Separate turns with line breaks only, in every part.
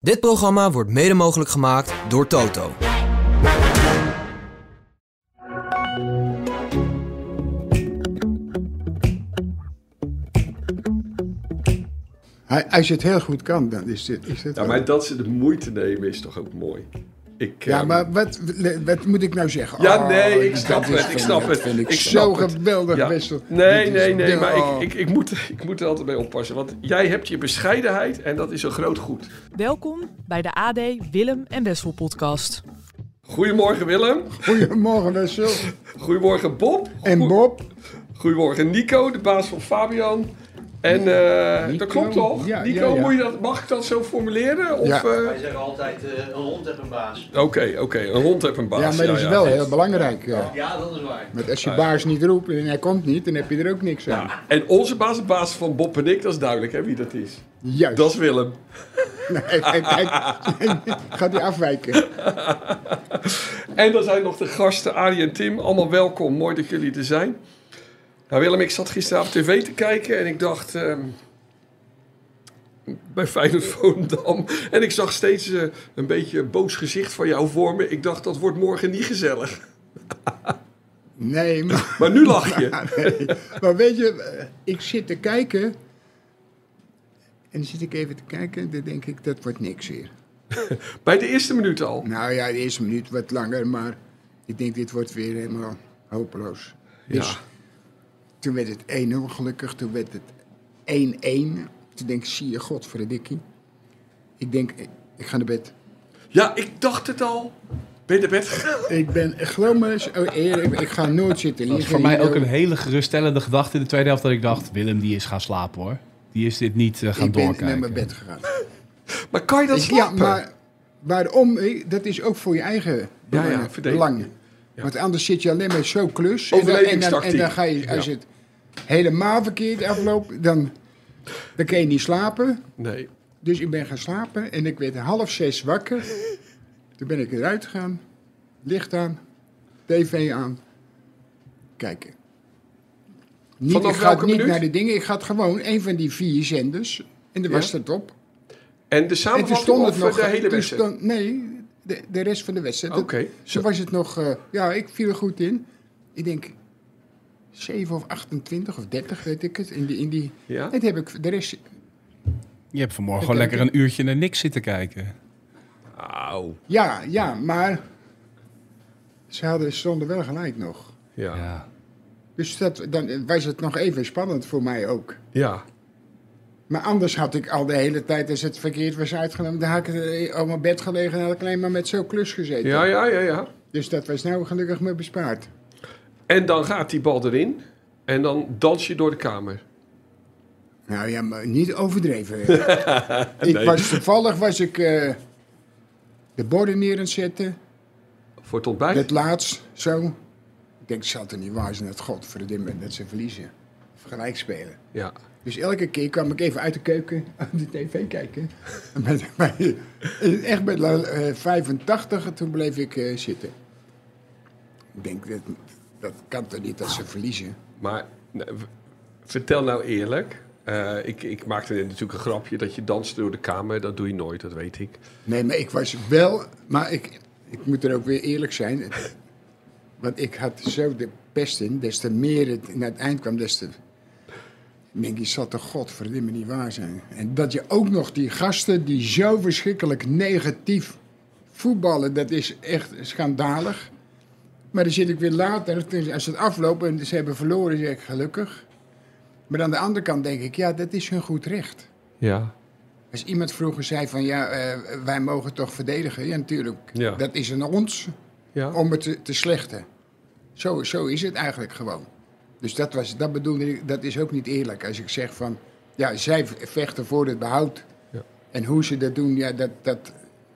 Dit programma wordt mede mogelijk gemaakt door Toto.
Hij- Als je het heel goed kan, dan is dit. Is dit
Ja,
wel-
maar dat ze de moeite nemen is toch ook mooi. Ik,
ja,
ehm,
maar wat, wat moet ik nou zeggen?
Ja,
Oh,
nee, ik
dat
snap
is-
het. Ik snap
dat
het.
vind ik
snap
zo
het.
geweldig,
Ja.
Wessel.
Nee,
Dit
nee,
is
nee,
de-
maar
oh.
ik, ik, ik, moet, ik moet er altijd mee oppassen. Want jij hebt je bescheidenheid en dat is een groot goed.
Welkom bij de AD Willem en Wessel podcast.
Goedemorgen Willem.
Goedemorgen, Wessel.
Goedemorgen Bob.
En
Goe-
Bob.
Goedemorgen Nico, de baas van Fabian. En eh,
Nico?
dat klopt toch?
Ja,
Nico,
ja, ja.
Moet je dat, mag ik dat zo formuleren? Of,
Ja.
eh,
Wij zeggen altijd eh, een hond heeft een baas.
Oké, oké, een hond heeft een baas.
ja, maar dat is wel heel belangrijk. eh.
Ah.
Ja, dat is waar.
Want als je baas niet roept en hij komt niet, dan heb je er ook niks aan.
Ja, En onze baas, de baas van Bob en ik, dat is duidelijk hè, wie dat is.
Juist.
Dat is Willem.
Kijk, kijk, kijk. Gaat hij afwijken.
En dan zijn nog de gasten, Arie en Tim. Allemaal welkom, mooi dat jullie er zijn. Nou Willem, ik zat gisteravond tv te kijken en ik dacht... ehm, bij Feyenoord Volendam. En ik zag steeds eh, een beetje een boos gezicht van jou voor me. Ik dacht, dat wordt morgen niet gezellig.
Nee, maar,
Maar nu lach je.
nee. maar weet je, eh, ik zit te kijken. En dan zit ik even te kijken, dan denk ik, dat wordt niks weer.
Bij de eerste minuut al.
Nou ja, de eerste minuut wat langer, maar ik denk dit wordt weer helemaal hopeloos. Dus
Ja.
toen werd het 1-0 gelukkig, toen werd het 1-1. Toen denk ik, zie je, godverdikkie. Ik denk, ik- ik ga naar bed.
ja, ik dacht het al. Ben je naar bed gegaan?
Ik ben, geloof me, eens, oh, eerlijk, ik ga nooit zitten
Dat
liggen.
was voor mij
hier,
ook een
joh.
hele geruststellende gedachte in de tweede helft. Dat ik dacht, Willem die is gaan slapen hoor. Die is dit niet eh, gaan
Ik ben
doorkijken.
naar mijn bed gegaan.
Maar kan je dat
Ja,
slapen?
maar waarom? eh, Dat is ook voor je eigen
ja,
belangen.
verdediging.
belangen. Want anders zit je alleen maar zo klus. En dan, en dan,
Overlevingstactiek.
en dan ga je, als
Ja.
het helemaal verkeerd afloopt, dan, dan kun je niet slapen.
Nee.
Dus ik ben gaan slapen en ik werd half zes wakker. Toen ben ik eruit gegaan, licht aan, tv aan, kijken. Niet,
Vanaf
ik ga
welke
niet
minuut?
naar de dingen, ik ga het gewoon, een van die vier zenders, en daar was het op.
En de
En toen
samenvatting
stond het
of
nog.
de hele
toen
wedstrijd?
stond- nee, de, de rest van de wedstrijd.
Oké.
Zo
Zo.
was het nog. eh, ja, ik viel er goed in. Ik denk 7 of 28 of 30, weet ik het. In die, in die,
Ja?
Het heb ik de rest.
Je hebt vanmorgen
Ik
gewoon
denk
lekker een uurtje naar niks zitten kijken.
Auw.
Ja, ja, maar ze hadden, stonden wel gelijk nog.
Ja. ja.
Ja.
Dus dat, dan was het nog even spannend voor mij ook. Maar anders had ik al de hele tijd, als het verkeerd was uitgenomen, dan had ik eh, op mijn bed gelegen en had ik alleen maar met zo'n klus gezeten.
Ja, ja, ja, ja.
Dus dat was nou gelukkig me bespaard.
En dan gaat die bal erin. En dan dans je door de kamer.
Nou ja, maar niet overdreven. ik was, toevallig was ik eh, de borden neer aan het zetten.
Voor het ontbijt.
Het laatst, zo. Ik denk, het zal toch niet waar zijn dat godverdomme dat ze verliezen. Of gelijk spelen.
Ja.
Dus elke keer kwam ik even uit de keuken aan de tv kijken. En met, bij- echt met eh, 85, toen bleef ik eh, zitten. Ik denk, dat, dat kan toch niet dat ze verliezen?
Maar nou, v- vertel nou eerlijk. Eh, ik, ik maakte net natuurlijk een grapje dat je danst door de kamer. Dat doe je nooit, dat weet ik.
Nee, maar ik was wel. Maar ik, ik moet er ook weer eerlijk zijn. Want ik had zo de pest in. Des te meer het naar het eind kwam, des te. Ik denk, die zal toch godverdomme niet waar zijn. En dat je ook nog die gasten die zo verschrikkelijk negatief voetballen, dat is echt schandalig. Maar dan zit ik weer later, toen- als het aflopen en ze hebben verloren, zeg ik gelukkig. Maar aan de andere kant denk ik, ja, dat is hun goed recht.
Ja.
Als iemand vroeger zei van ja, eh, wij mogen toch verdedigen. Ja, natuurlijk.
Ja.
Dat is aan ons
Ja.
om het te, te slechten. Zo, zo is het eigenlijk gewoon. Dus dat, was, dat bedoelde ik, dat is ook niet eerlijk. Als ik zeg van, ja, zij vechten voor het behoud.
Ja.
En hoe ze dat doen, ja, dat, dat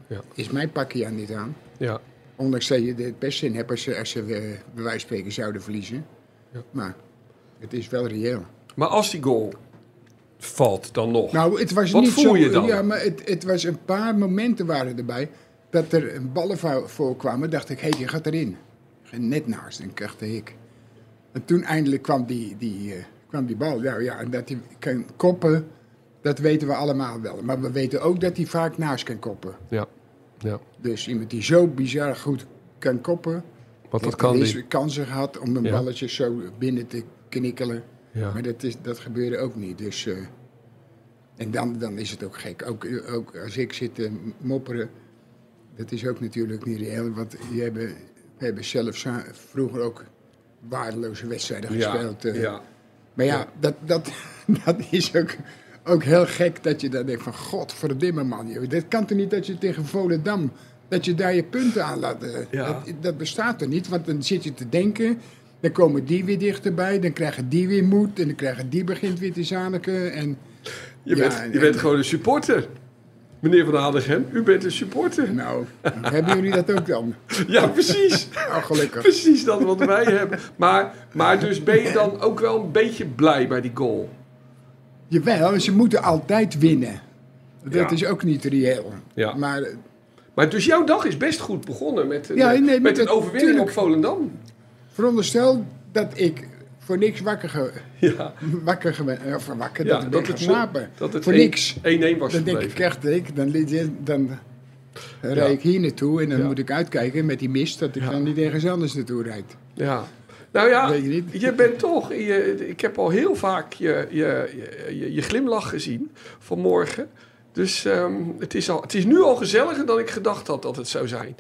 Ja.
is mijn pakje aan niet aan.
ja.
Ondanks dat je er best in hebt als ze, als ze eh, bij wijze van spreken zouden verliezen.
Ja.
Maar het is wel reëel.
Maar als die goal valt, dan nog.
Nou, het was
Wat
niet
voel
zo,
je dan?
Ja, maar het, het was een paar momenten waren erbij dat er een ballen voor- voorkwamen. Dacht ik, hé, die gaat erin. Net naast, en dacht ik. En toen eindelijk kwam die, die, eh, kwam die bal. Nou ja, en dat hij kan koppen. Dat weten we allemaal wel. Maar we weten ook dat hij vaak naast kan koppen.
Ja. ja.
Dus iemand die zo bizar goed kan koppen.
Want dat
heeft
kan
wel
die.
eens kansen gehad om een
Ja.
balletje zo binnen te knikkelen.
Ja.
Maar dat, is, dat gebeurde ook niet. Dus, eh, en dan, dan is het ook gek. Ook, eh, ook als ik zit te mopperen, dat is ook natuurlijk niet reëel. Want je hebben, we hebben zelf za- vroeger ook waardeloze wedstrijden
Ja.
gespeeld. eh.
ja.
Maar ja,
Ja.
Dat, dat, dat is ook, ook heel gek dat je dan denkt van... Godverdimme man, joh, dit kan toch niet dat je tegen Volendam... dat je daar je punten aan laat... eh,
Ja.
Dat, dat bestaat er niet, want dan zit je te denken... dan komen die weer dichterbij, dan krijgen die weer moed... en dan krijgen die begint weer te zaniken en...
Je,
Ja,
bent,
en-
je bent gewoon een supporter. Meneer Van Hadegem, u bent een supporter.
Nou, hebben jullie dat ook dan?
Ja, precies.
Oh, gelukkig.
Precies dat wat wij hebben. Maar, maar dus ben je dan ook wel een beetje blij bij die goal?
Jawel, ze moeten altijd winnen. Dat
Ja.
is ook niet reëel.
Ja.
Maar eh,
Maar dus jouw dag is best goed begonnen met een,
Ja,
eh,
nee, maar
met een
dat-
overwinning
tuurlijk.
op Volendam.
veronderstel dat ik voor niks wakker ge-
Ja,
wakker, gewe- eh, of wakker
ja
dat ik ben gaan slapen.
dat het
Voor
één-
niks.
1-1 was
Dan denk
gebleven.
ik echt, ik, dan, li- dan rijd ik hier naartoe en dan
Ja.
moet ik uitkijken met die mist dat ik dan niet ergens anders naartoe rijd.
Ja. Nou ja,
Weet je niet.
je bent toch. Je, ik heb al heel vaak je, je, je, je glimlach gezien vanmorgen. Dus ehm, het, is al, het is nu al gezelliger dan ik gedacht had dat het zou zijn.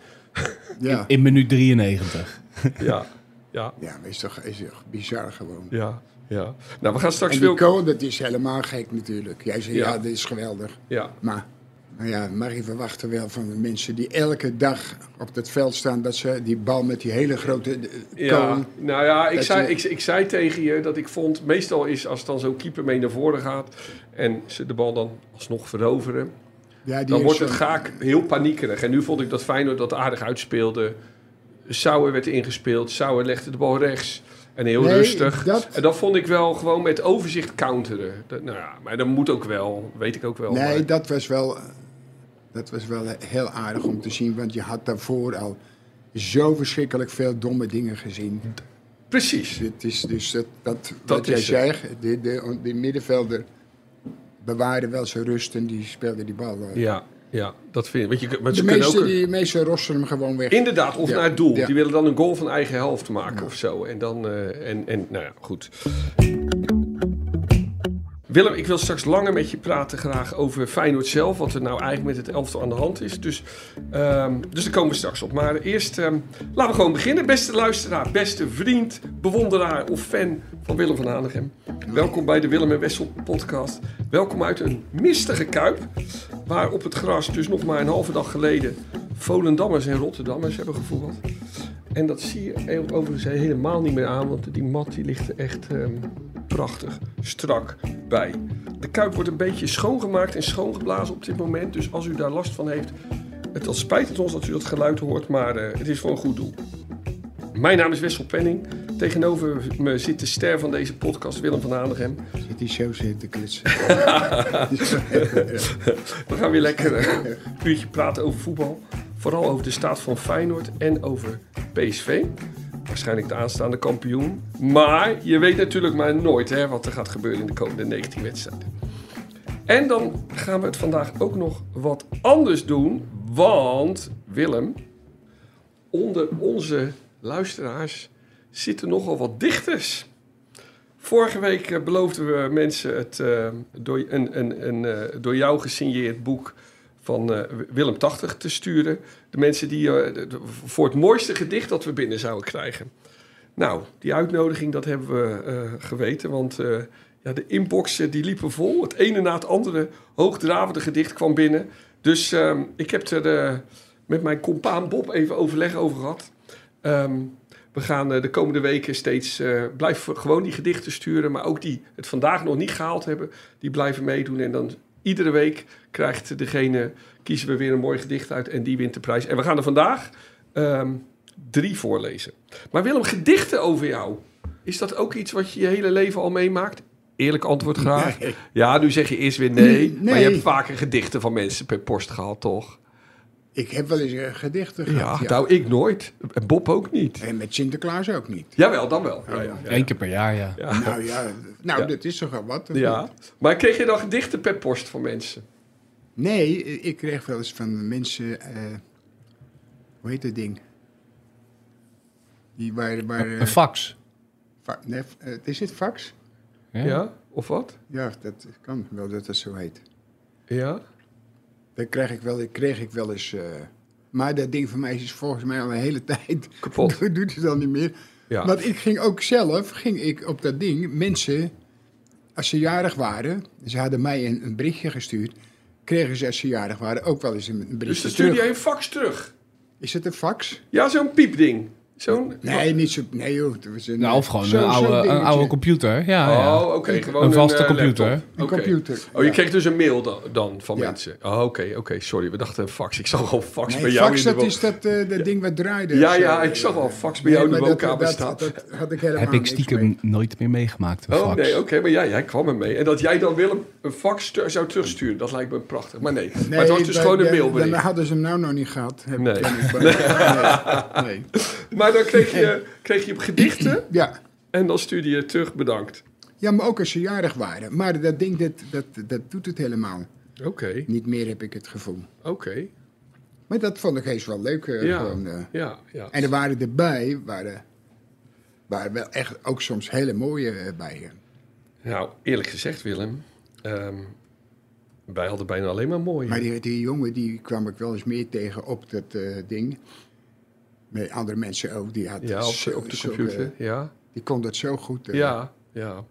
Ja,
In minuut 93.
Ja, ja,
ja maar is toch, is toch bizar gewoon.
ja. ja. Nou, we gaan straks
En die
veel.
kool, dat is helemaal gek natuurlijk. Jij zegt,
Ja.
ja, dit is geweldig.
Ja,
Maar, maar ja, maar je verwacht er wel van de mensen die elke dag op dat veld staan... dat ze die bal met die hele grote eh,
ja.
kool...
Nou ja, ik
Dat
zei,
je-
ik, ik zei tegen je dat ik vond. Meestal is als dan zo'n keeper mee naar voren gaat. en ze de bal dan alsnog veroveren.
Ja, die
Dan
is
wordt het
zo-
gaak heel paniekerig. En nu vond ik dat Feyenoord dat aardig uitspeelde. Sauer werd ingespeeld. Sauer legde de bal rechts. En heel
Nee,
rustig.
dat-
En dat vond ik wel gewoon met overzicht counteren. Dat, nou ja, maar dat moet ook wel. Weet ik ook wel.
Nee,
maar-
dat was wel, dat was wel heel aardig om te zien. Want je had daarvoor al zo verschrikkelijk veel domme dingen gezien.
Precies.
Het is dus dat, dat,
Dat
wat jij
is het.
zegt, de, de, de middenvelder bewaarde wel zijn rust en die speelde die bal. eh.
Ja, ja dat vind ik. Want je, kunt- maar
De
ze kunnen ook...
meeste, die meeste rossen hem gewoon weg.
Inderdaad, of
Ja,
naar het doel.
ja.
Die willen dan een goal van eigen helft maken of zo. En dan, eh, en, en nou ja, goed. Willem, ik wil straks langer met je praten graag over Feyenoord zelf. Wat er nou eigenlijk met het elftal aan de hand is. Dus, ehm, dus daar komen we straks op. Maar eerst, ehm, laten we gewoon beginnen. Beste luisteraar, beste vriend, bewonderaar of fan van Willem van Hanegem. Welkom bij de Willem en Wessel podcast. Welkom uit een mistige kuip. Waar op het gras dus nog maar een halve dag geleden Volendammers en Rotterdammers hebben gevoetbald. En dat zie je overigens helemaal niet meer aan, want die mat die ligt er echt ehm, prachtig, strak bij. De kuip wordt een beetje schoongemaakt en schoongeblazen op dit moment. Dus als u daar last van heeft, het al spijt het ons dat u dat geluid hoort, maar eh, het is voor een goed doel. Mijn naam is Wessel Penning. Tegenover me zit de ster van deze podcast, Willem van Hanegem.
Zit die show zitten te klitsen.
We gaan weer lekker eh, een uurtje praten over voetbal. Vooral over de staat van Feyenoord en over PSV. Waarschijnlijk de aanstaande kampioen. Maar je weet natuurlijk maar nooit hè, wat er gaat gebeuren in de komende 19 wedstrijden. En dan gaan we het vandaag ook nog wat anders doen. Want Willem, onder onze luisteraars zitten nogal wat dichters. Vorige week eh, beloofden we mensen het eh, door, een, een, een eh, door jou gesigneerd boek van eh, Willem 80 te sturen. De mensen die eh, de- de- voor het mooiste gedicht dat we binnen zouden krijgen. Nou, die uitnodiging dat hebben we eh, geweten, want eh, ja, de inboxen die liepen vol. Het ene na het andere hoogdravende gedicht kwam binnen. Dus ehm, ik heb er eh, met mijn compaan Bob even overleg over gehad. Ehm, we gaan eh, de komende weken steeds... eh blijf voor- gewoon die gedichten sturen. Maar ook die het vandaag nog niet gehaald hebben... die blijven meedoen. En dan iedere week krijgt degene... kiezen we weer een mooi gedicht uit en die wint de prijs. En we gaan er vandaag ehm, drie voorlezen. Maar Willem, gedichten over jou. Is dat ook iets wat je je hele leven al meemaakt? Eerlijk antwoord graag. Ja, nu zeg je eerst weer nee. Maar je
Nee.
hebt vaker gedichten van mensen per post gehad, toch?
Ik heb wel eens eh, gedichten gehad. Ja,
Nou, ik nooit. En Bob ook niet.
En met Sinterklaas ook niet.
Jawel, dan wel. Ja, ja, ja.
Eén keer per jaar, ja.
Nou ja, nou,
Ja.
dat is toch wel wat. of
Ja.
niet?
Maar kreeg je dan gedichten per post van mensen?
Nee, ik kreeg wel eens van mensen... eh, hoe heet dat ding? Die waren... waren
Een fax.
fa- nee, eh, is dit fax?
Ja.
Ja. Of wat?
Ja, dat kan wel dat dat zo heet.
Ja.
Dat kreeg ik wel, kreeg ik wel eens. eh, maar dat ding van mij is dus volgens mij al een hele tijd.
Kapot.
Doe- Doet het dan niet meer.
Ja.
Want ik ging ook zelf, ging ik op dat ding, mensen, als ze jarig waren, ze hadden mij een, een berichtje gestuurd, kregen ze als ze jarig waren ook wel eens een, een
Dus
berichtje
dan stuurde
terug.
jij een fax terug.
Is het een fax?
Ja, zo'n piepding. Zo'n...
Nee, niet zo. Nee, joh. het was een,
Nou, of
eh,
gewoon
zo-
een,
zo'n
oude, een
dingetje.
oude computer. Ja, Ah, ja.
Oh, oké. Gewoon
Een vaste
eh,
computer.
laptop.
Een
Oké.
computer,
Oh, je
ja.
kreeg dus een mail dan, dan van
Ja.
mensen. Oh, oké, oké. Sorry, we dachten een fax. Ik zag al een fax bij
Nee,
jou
fax,
in de
dat
wo-
is dat, eh, dat ding wat draaide.
Ja,
Zo,
ja,
eh,
ik zag al een fax bij jou
nee,
in de
maar dat-
woonkamer
dat-
staan.
Dat had ik helemaal
Heb ik
niks
stiekem
mee.
nooit meer meegemaakt, een
Oh
fax.
nee, oké, maar ja, jij kwam ermee. En dat jij dan Willem een fax tu- zou terugsturen, dat lijkt me prachtig. Maar nee, maar het was dus
dat-
gewoon een
dat- Dan
mailbericht.
hadden ze hem nou nog niet gehad. Heb
Nee.
ik, ken ik bij- nee. nee.
Maar dan kreeg je, kreeg je gedichten
Ja.
en dan stuurde je terug bedankt.
ja, maar ook als ze jarig waren. Maar dat ding, dat, dat, dat doet het helemaal.
Oké,
Niet meer heb ik het gevoel.
oké.
Maar dat vond ik eens wel leuk. eh,
Ja,
gewoon, eh.
ja, ja.
En er waren erbij, waren, waren wel echt ook soms hele mooie eh, bij.
Nou, eerlijk gezegd Willem, ehm, wij hadden bijna alleen maar mooie.
Maar die, die jongen, die kwam ik wel eens meer tegen op dat eh, ding. Met andere mensen ook, die had
ja, op,
zo-
op de
zulke-
computer, ja.
die kon dat zo goed. eh.
Ja, ja.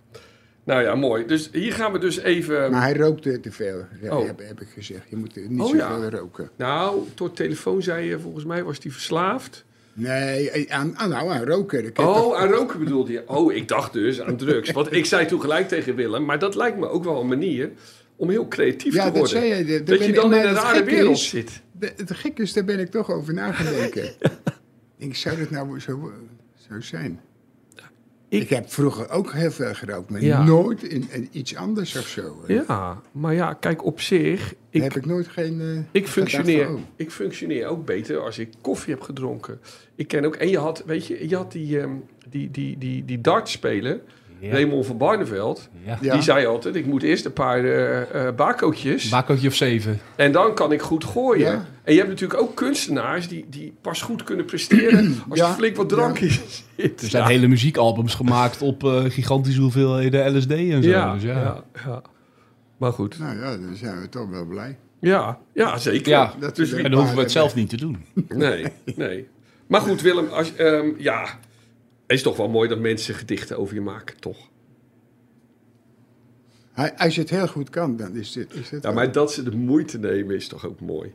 Nou ja, mooi. Dus hier gaan we dus even...
Maar hij rookte te veel, ja,
Oh.
heb, heb ik gezegd. Je moet niet
Oh,
zoveel
ja.
roken.
Nou, door telefoon zei je, volgens mij was die verslaafd.
Nee, aan, aan, nou, aan roken. Ik heb toch-
Oh, aan roken bedoelde je? Oh, ik dacht dus aan drugs. Want ik zei toen gelijk tegen Willem, maar dat lijkt me ook wel een manier om heel creatief
ja,
te
dat
worden.
zei je. Dat,
dat je dan in een rare wereld zit.
het gek is, daar ben ik toch over nagedenken. Ik denk, zou dat nou zo, zo zijn? Ik,
Ik-
heb vroeger ook heel veel gerookt, maar
Ja.
nooit in, in iets anders of zo.
Ja, maar ja, kijk op zich.
Daar
Ik,
heb ik nooit geen... eh,
ik, functioneer,
gedacht van, oh.
ik functioneer ook beter als ik koffie heb gedronken. Ik ken ook, en je had, weet je, je had die, ehm, die, die, die, die dartspeler,
Ja.
Raymond van Barneveld.
Ja.
Ja.
Die zei altijd, ik moet eerst een paar eh eh, bakootjes.
Bakootje of zeven.
En dan kan ik goed gooien.
Ja.
En je hebt natuurlijk ook kunstenaars die, die pas goed kunnen presteren als
Ja,
er flink wat drank in zit.
Er zijn hele muziekalbums gemaakt op eh, gigantische hoeveelheden LSD en zo.
ja,
dus
ja, ja, Maar goed.
Nou ja, dan zijn we toch wel blij.
Ja, ja zeker.
Ja.
Dat
Dus
we
wie-
er een
En dan hoeven
paar
we het
hebben.
zelf niet te doen.
Nee, nee. Maar goed, Willem, als, ehm, ja, het is toch wel mooi dat mensen gedichten over je maken, toch?
Hij- Als je het heel goed kan, dan is dit... Is dit
Ja,
wel-
maar dat ze de moeite nemen is toch ook mooi.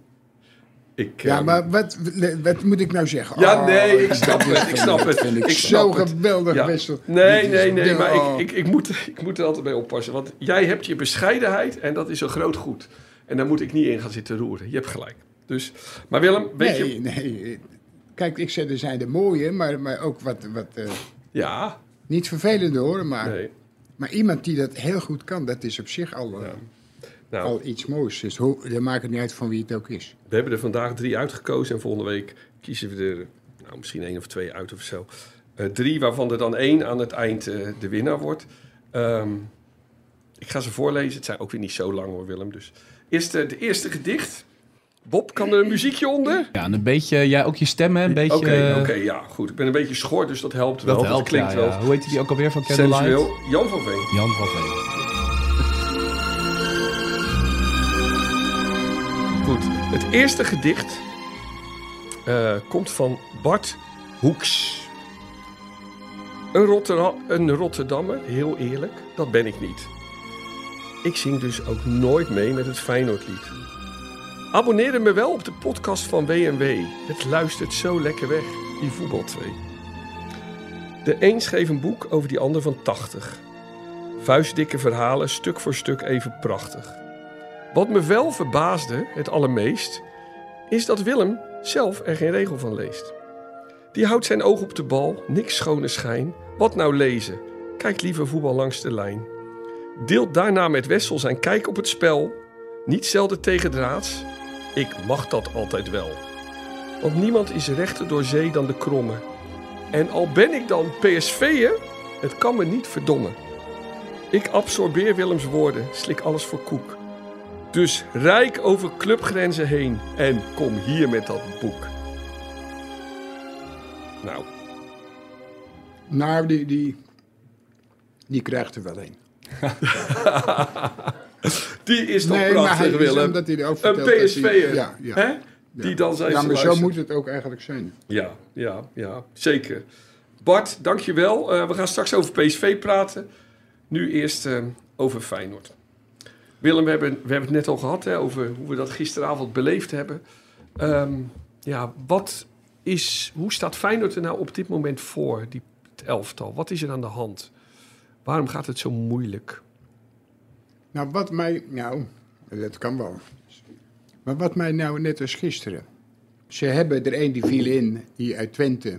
Ik,
ja,
ehm,
maar wat, wat moet ik nou zeggen?
Ja,
Oh,
nee, ik snap
dat
het, ik snap het.
vind ik
Ik
zo
snap het.
geweldig,
Ja.
Wessel.
Nee,
Dit is
nee, nee,
de-
maar
oh.
ik, ik, ik, moet, ik moet er altijd mee oppassen. Want jij hebt je bescheidenheid en dat is een groot goed. En daar moet ik niet in gaan zitten roeren. Je hebt gelijk. Dus, maar Willem, weet
nee,
je...
Oh, nee. Kijk, ik zei, er zijn de mooie, maar, maar ook wat, wat eh,
Ja,
niet vervelende hoor. Maar,
nee.
maar iemand die dat heel goed kan, dat is op zich al, eh,
Nou,
al iets moois. Dus hoe, dat maakt het niet uit van wie het ook is.
we hebben er vandaag drie uitgekozen. En volgende week kiezen we er nou, misschien één of twee uit of zo. Eh, drie, waarvan er dan één aan het eind eh, de winnaar wordt. Ehm, ik ga ze voorlezen. Het zijn ook weer niet zo lang hoor, Willem. Dus eerst eh, de eerste gedicht. Bob, kan er een muziekje onder?
Ja, en een beetje, jij ook je stem, hè? Een beetje.
Oké,
eh,
oké, ja, goed. Ik ben een beetje schor, dus dat helpt wel.
Dat
want
helpt,
het klinkt
ja,
wel
ja. Hoe heet die ook alweer van Candlelight?
sensueel. Jan van Veen.
Jan van Veen.
Goed. Het eerste gedicht eh, komt van Bart Hoeks. Een, Rottera- een Rotterdammer, heel eerlijk, dat ben ik niet. Ik zing dus ook nooit mee met het Feyenoordlied. Abonneer me wel op de podcast van WMW. Het luistert zo lekker weg, die voetbal 2. De een schreef een boek over die ander van 80. Vuistdikke verhalen, stuk voor stuk even prachtig. Wat me wel verbaasde, het allermeest, is dat Willem zelf er geen regel van leest. Die houdt zijn oog op de bal, niks schone schijn. Wat nou lezen? Kijk liever voetbal langs de lijn. Deelt daarna met Wessel zijn kijk op het spel, niet zelden tegendraads. Ik mag dat altijd wel. Want niemand is rechter door zee dan de kromme. En al ben ik dan PSV'er, het kan me niet verdommen. Ik absorbeer Willems woorden, slik alles voor koek. Dus rijk over clubgrenzen heen en kom hier met dat boek. Nou,
Nou, die, die, die krijgt er wel een.
die is toch
Nee, maar
prachtig,
hij is
Willem?
omdat hij er ook
Een
vertelt dat hij-
PSV'er,
Ja, ja.
hè? Die dan zijn
Ja,
ze
maar zo
luisteren.
moet het ook eigenlijk zijn.
Ja, ja, ja, zeker. Bart, dankjewel. Eh we gaan straks over PSV praten. Nu eerst eh, over Feyenoord. Willem, we hebben, we hebben het net al gehad hè, over hoe we dat gisteravond beleefd hebben. Ehm, ja, wat is, hoe staat Feyenoord er nou op dit moment voor, die, het elftal? Wat is er aan de hand? Waarom gaat het zo moeilijk?
Nou, wat mij. Nou, dat kan wel. Maar wat mij nou net als gisteren. Ze hebben er één die viel in, die uit Twente.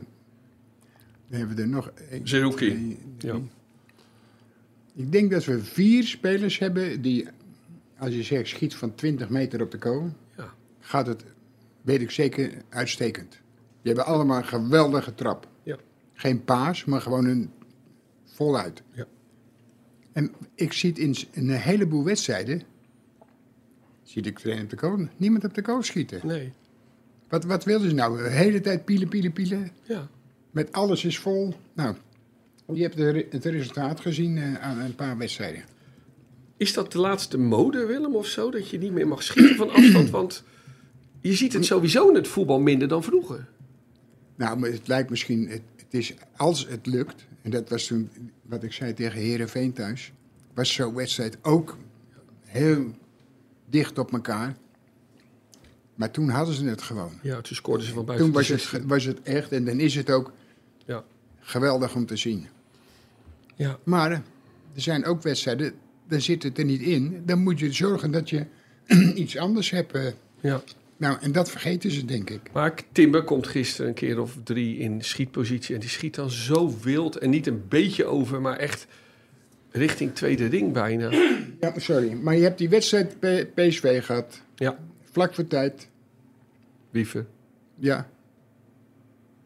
Dan hebben we er nog één.
Zerouki.
twee, drie.
Ja.
Ik denk dat we vier spelers hebben die, als je zegt schiet van 20 meter op de kool,
Ja.
gaat het, weet ik zeker, uitstekend. Die hebben allemaal een geweldige trap.
Ja.
Geen paas, maar gewoon een voluit.
Ja.
En ik zie het in s- in een heleboel wedstrijden, zie ik trainer op de kool, niemand op de kool schieten.
Nee.
Wat, wat wilden ze nou? De hele tijd pielen, pielen, pielen.
Ja.
Met alles is vol. Nou, je hebt de re- het resultaat gezien eh, aan een paar wedstrijden.
Is dat de laatste mode, Willem, of zo? Dat je niet meer mag schieten van afstand? Want je ziet het sowieso in het voetbal minder dan vroeger.
Nou, maar het lijkt misschien, het, het is, als het lukt, en dat was toen wat ik zei tegen Herenveen thuis, was zo'n wedstrijd ook heel dicht op elkaar. Maar toen hadden ze het gewoon.
Ja, toen scoorden ze van buiten.
Toen was
de
het,
16.
ge- was het echt en dan is het ook
Ja.
geweldig om te zien.
Ja.
Maar eh, er zijn ook wedstrijden, daar zit het er niet in. Dan moet je zorgen dat je iets anders hebt. eh.
ja.
Nou, en dat vergeten ze, denk ik.
Maar Timber komt gisteren een keer of drie in schietpositie. En die schiet dan zo wild. En niet een beetje over, maar echt richting tweede ring bijna.
Ja, sorry, maar je hebt die wedstrijd P- PSV gehad,
Ja,
vlak voor tijd.
wieven.
Ja,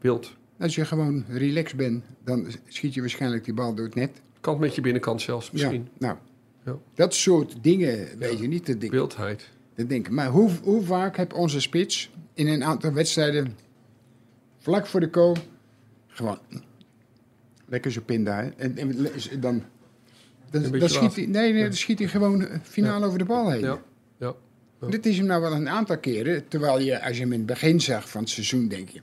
Wild.
als je gewoon relaxed bent, dan schiet je waarschijnlijk die bal door het net.
Kant met je binnenkant zelfs misschien.
Ja, nou,
Ja.
dat soort dingen weet je niet te denken.
Wildheid.
te denken. Maar hoe, hoe vaak heb onze spits in een aantal wedstrijden vlak voor de goal gewoon lekker zijn pinda. hè? En, en le- is- dan, dan,
beetje
dan schiet
laat.
hij, nee, nee, dan schiet hij gewoon eh, finaal over de bal heen.
Ja. ja.
Dit is hem nou wel een aantal keren, terwijl je, als je hem in het begin zag van het seizoen, denk je...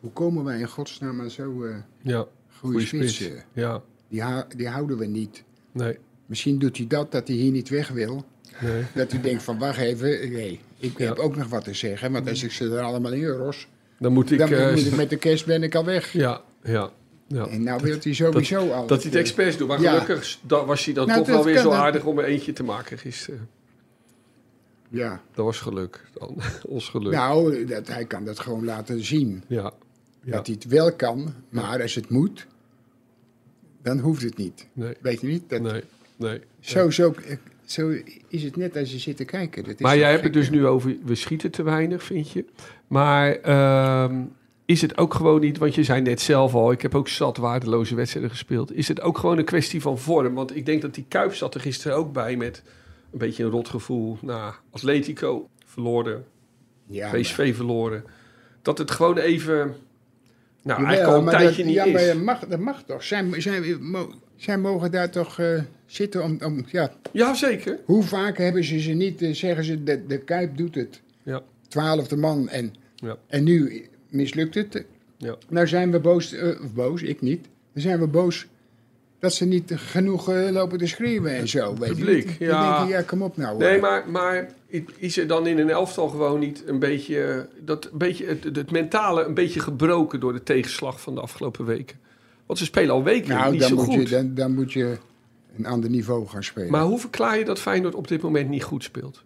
Hoe komen wij in godsnaam aan zo'n eh,
ja.
goede
spits.
spits? eh?
Ja.
Die, ha- die houden we niet.
Nee.
Misschien doet hij dat, dat hij hier niet weg wil.
Nee.
Dat u denkt van, wacht even, nee, ik
Ja.
heb ook nog wat te zeggen. Want als ik ze er allemaal in ros,
Dan moet ik...
dan
eh,
moet ik met de kerst ben ik al weg.
ja, ja, ja.
En nou wil hij sowieso eh, al.
Dat hij het expres doet. Maar
Ja.
gelukkig s- da- was hij dan
Nou,
toch
dat
wel weer
kan
zo
dan.
aardig om er eentje te maken gisteren.
Ja,
Dat was geluk. Dan. Ons geluk. Ja.
nou, dat, hij kan dat gewoon laten zien.
Ja.
Dat hij het wel kan, maar als het moet, dan hoeft het niet.
Nee.
Weet je niet? Dat,
Nee. Nee.
zo, zo, eh, zo is het net als je zit te kijken. Dat is
Maar
zo
jij hebt
gek.
het dus nu over, we schieten te weinig, vind je. Maar ehm, is het ook gewoon niet, want je zei net zelf al, ik heb ook zat waardeloze wedstrijden gespeeld. Is het ook gewoon een kwestie van vorm? Want ik denk dat die Kuip zat er gisteren ook bij met een beetje een rotgevoel. Nou, Atletico verloren,
ja, maar-
PSV verloren. Dat het gewoon even, nou
Jawel,
eigenlijk al een
maar
tijdje
dat,
niet
ja,
is.
maar dat mag, dat mag toch. Zij, zij, mo- zij mogen daar toch eh, zitten om, om ja,
Ja, zeker.
Hoe vaak hebben ze ze niet, eh, zeggen ze, de, de Kuip doet het.
Ja.
Twaalfde man en,
Ja.
en nu mislukt het.
Ja.
Nou zijn we boos, eh, of boos, ik niet. Dan zijn we boos dat ze niet genoeg eh, lopen te schreeuwen en zo. Weet
publiek,
je niet?
ja.
Dan denk je, ja, kom op nou.
Nee,
eh.
maar, maar is er dan in een elftal gewoon niet een beetje, eh, dat, een beetje het, het- het mentale een beetje gebroken door de tegenslag van de afgelopen weken? Want ze spelen al weken
nou,
niet
dan
zo
moet, Je,
goed.
dan, dan moet je een ander niveau gaan spelen.
Maar hoe verklaar je dat Feyenoord op dit moment niet goed speelt?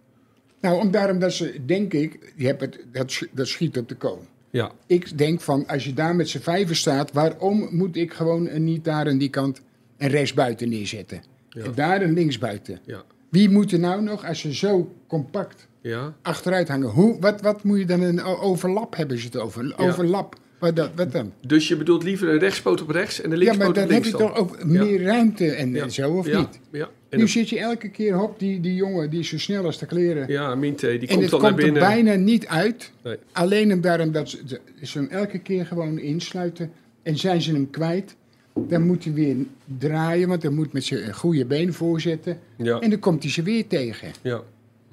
Nou, om, daarom dat ze, denk ik, je hebt het, dat, sch- dat schiet op de kool.
Ja,
Ik denk van, als je daar met z'n vijven staat, waarom moet ik gewoon een niet daar aan die kant en rechtsbuiten neerzetten?
Ja.
En daar een linksbuiten.
ja,
Wie moet er nou nog, als je zo compact
Ja.
achteruit hangen, hoe, wat, wat moet je dan een o- overlap hebben ze het over? Een
Ja.
Overlap, wat, dat, wat dan?
Dus je bedoelt liever een rechtspoot op rechts en een
Ja, maar
linkspoot
dan
op
heb je
links dan?
toch ook meer ruimte en,
Ja.
en zo, of
Ja,
niet?
Ja,
Nu
en dan-
zit je elke keer, hop, die, die jongen die is zo snel als de kleren.
ja Minte, die
en
komt
het
dan
komt
naar
er
binnen.
bijna niet uit.
Nee.
Alleen hem daarom dat ze, de- ze hem elke keer gewoon insluiten. En zijn ze hem kwijt, dan moet hij weer draaien, want hij moet met zijn goede been voorzetten.
Ja,
En dan komt hij ze weer tegen.
ja.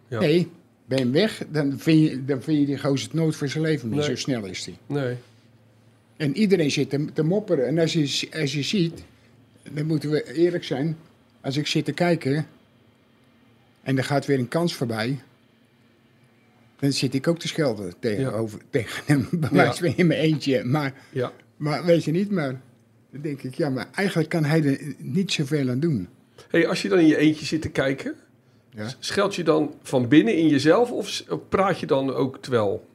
Ja.
Nee, ben je hem weg, dan vind je, dan vind je die gozer het nooit voor zijn leven meer.
Nee.
Zo snel is hij.
Nee.
En iedereen zit te, te mopperen. En als je, als je ziet, dan moeten we eerlijk zijn. Als ik zit te kijken en er gaat weer een kans voorbij. Dan zit ik ook te schelden tegenover, tegen hem. Bij
Ja.
wijze van in mijn eentje. Maar,
Ja.
maar weet je niet, maar dan denk ik, ja, maar eigenlijk kan hij er niet zoveel aan doen.
Hey, als je dan in je eentje zit te kijken,
Ja.
s- scheld je dan van binnen in jezelf of s- praat je dan ook terwijl?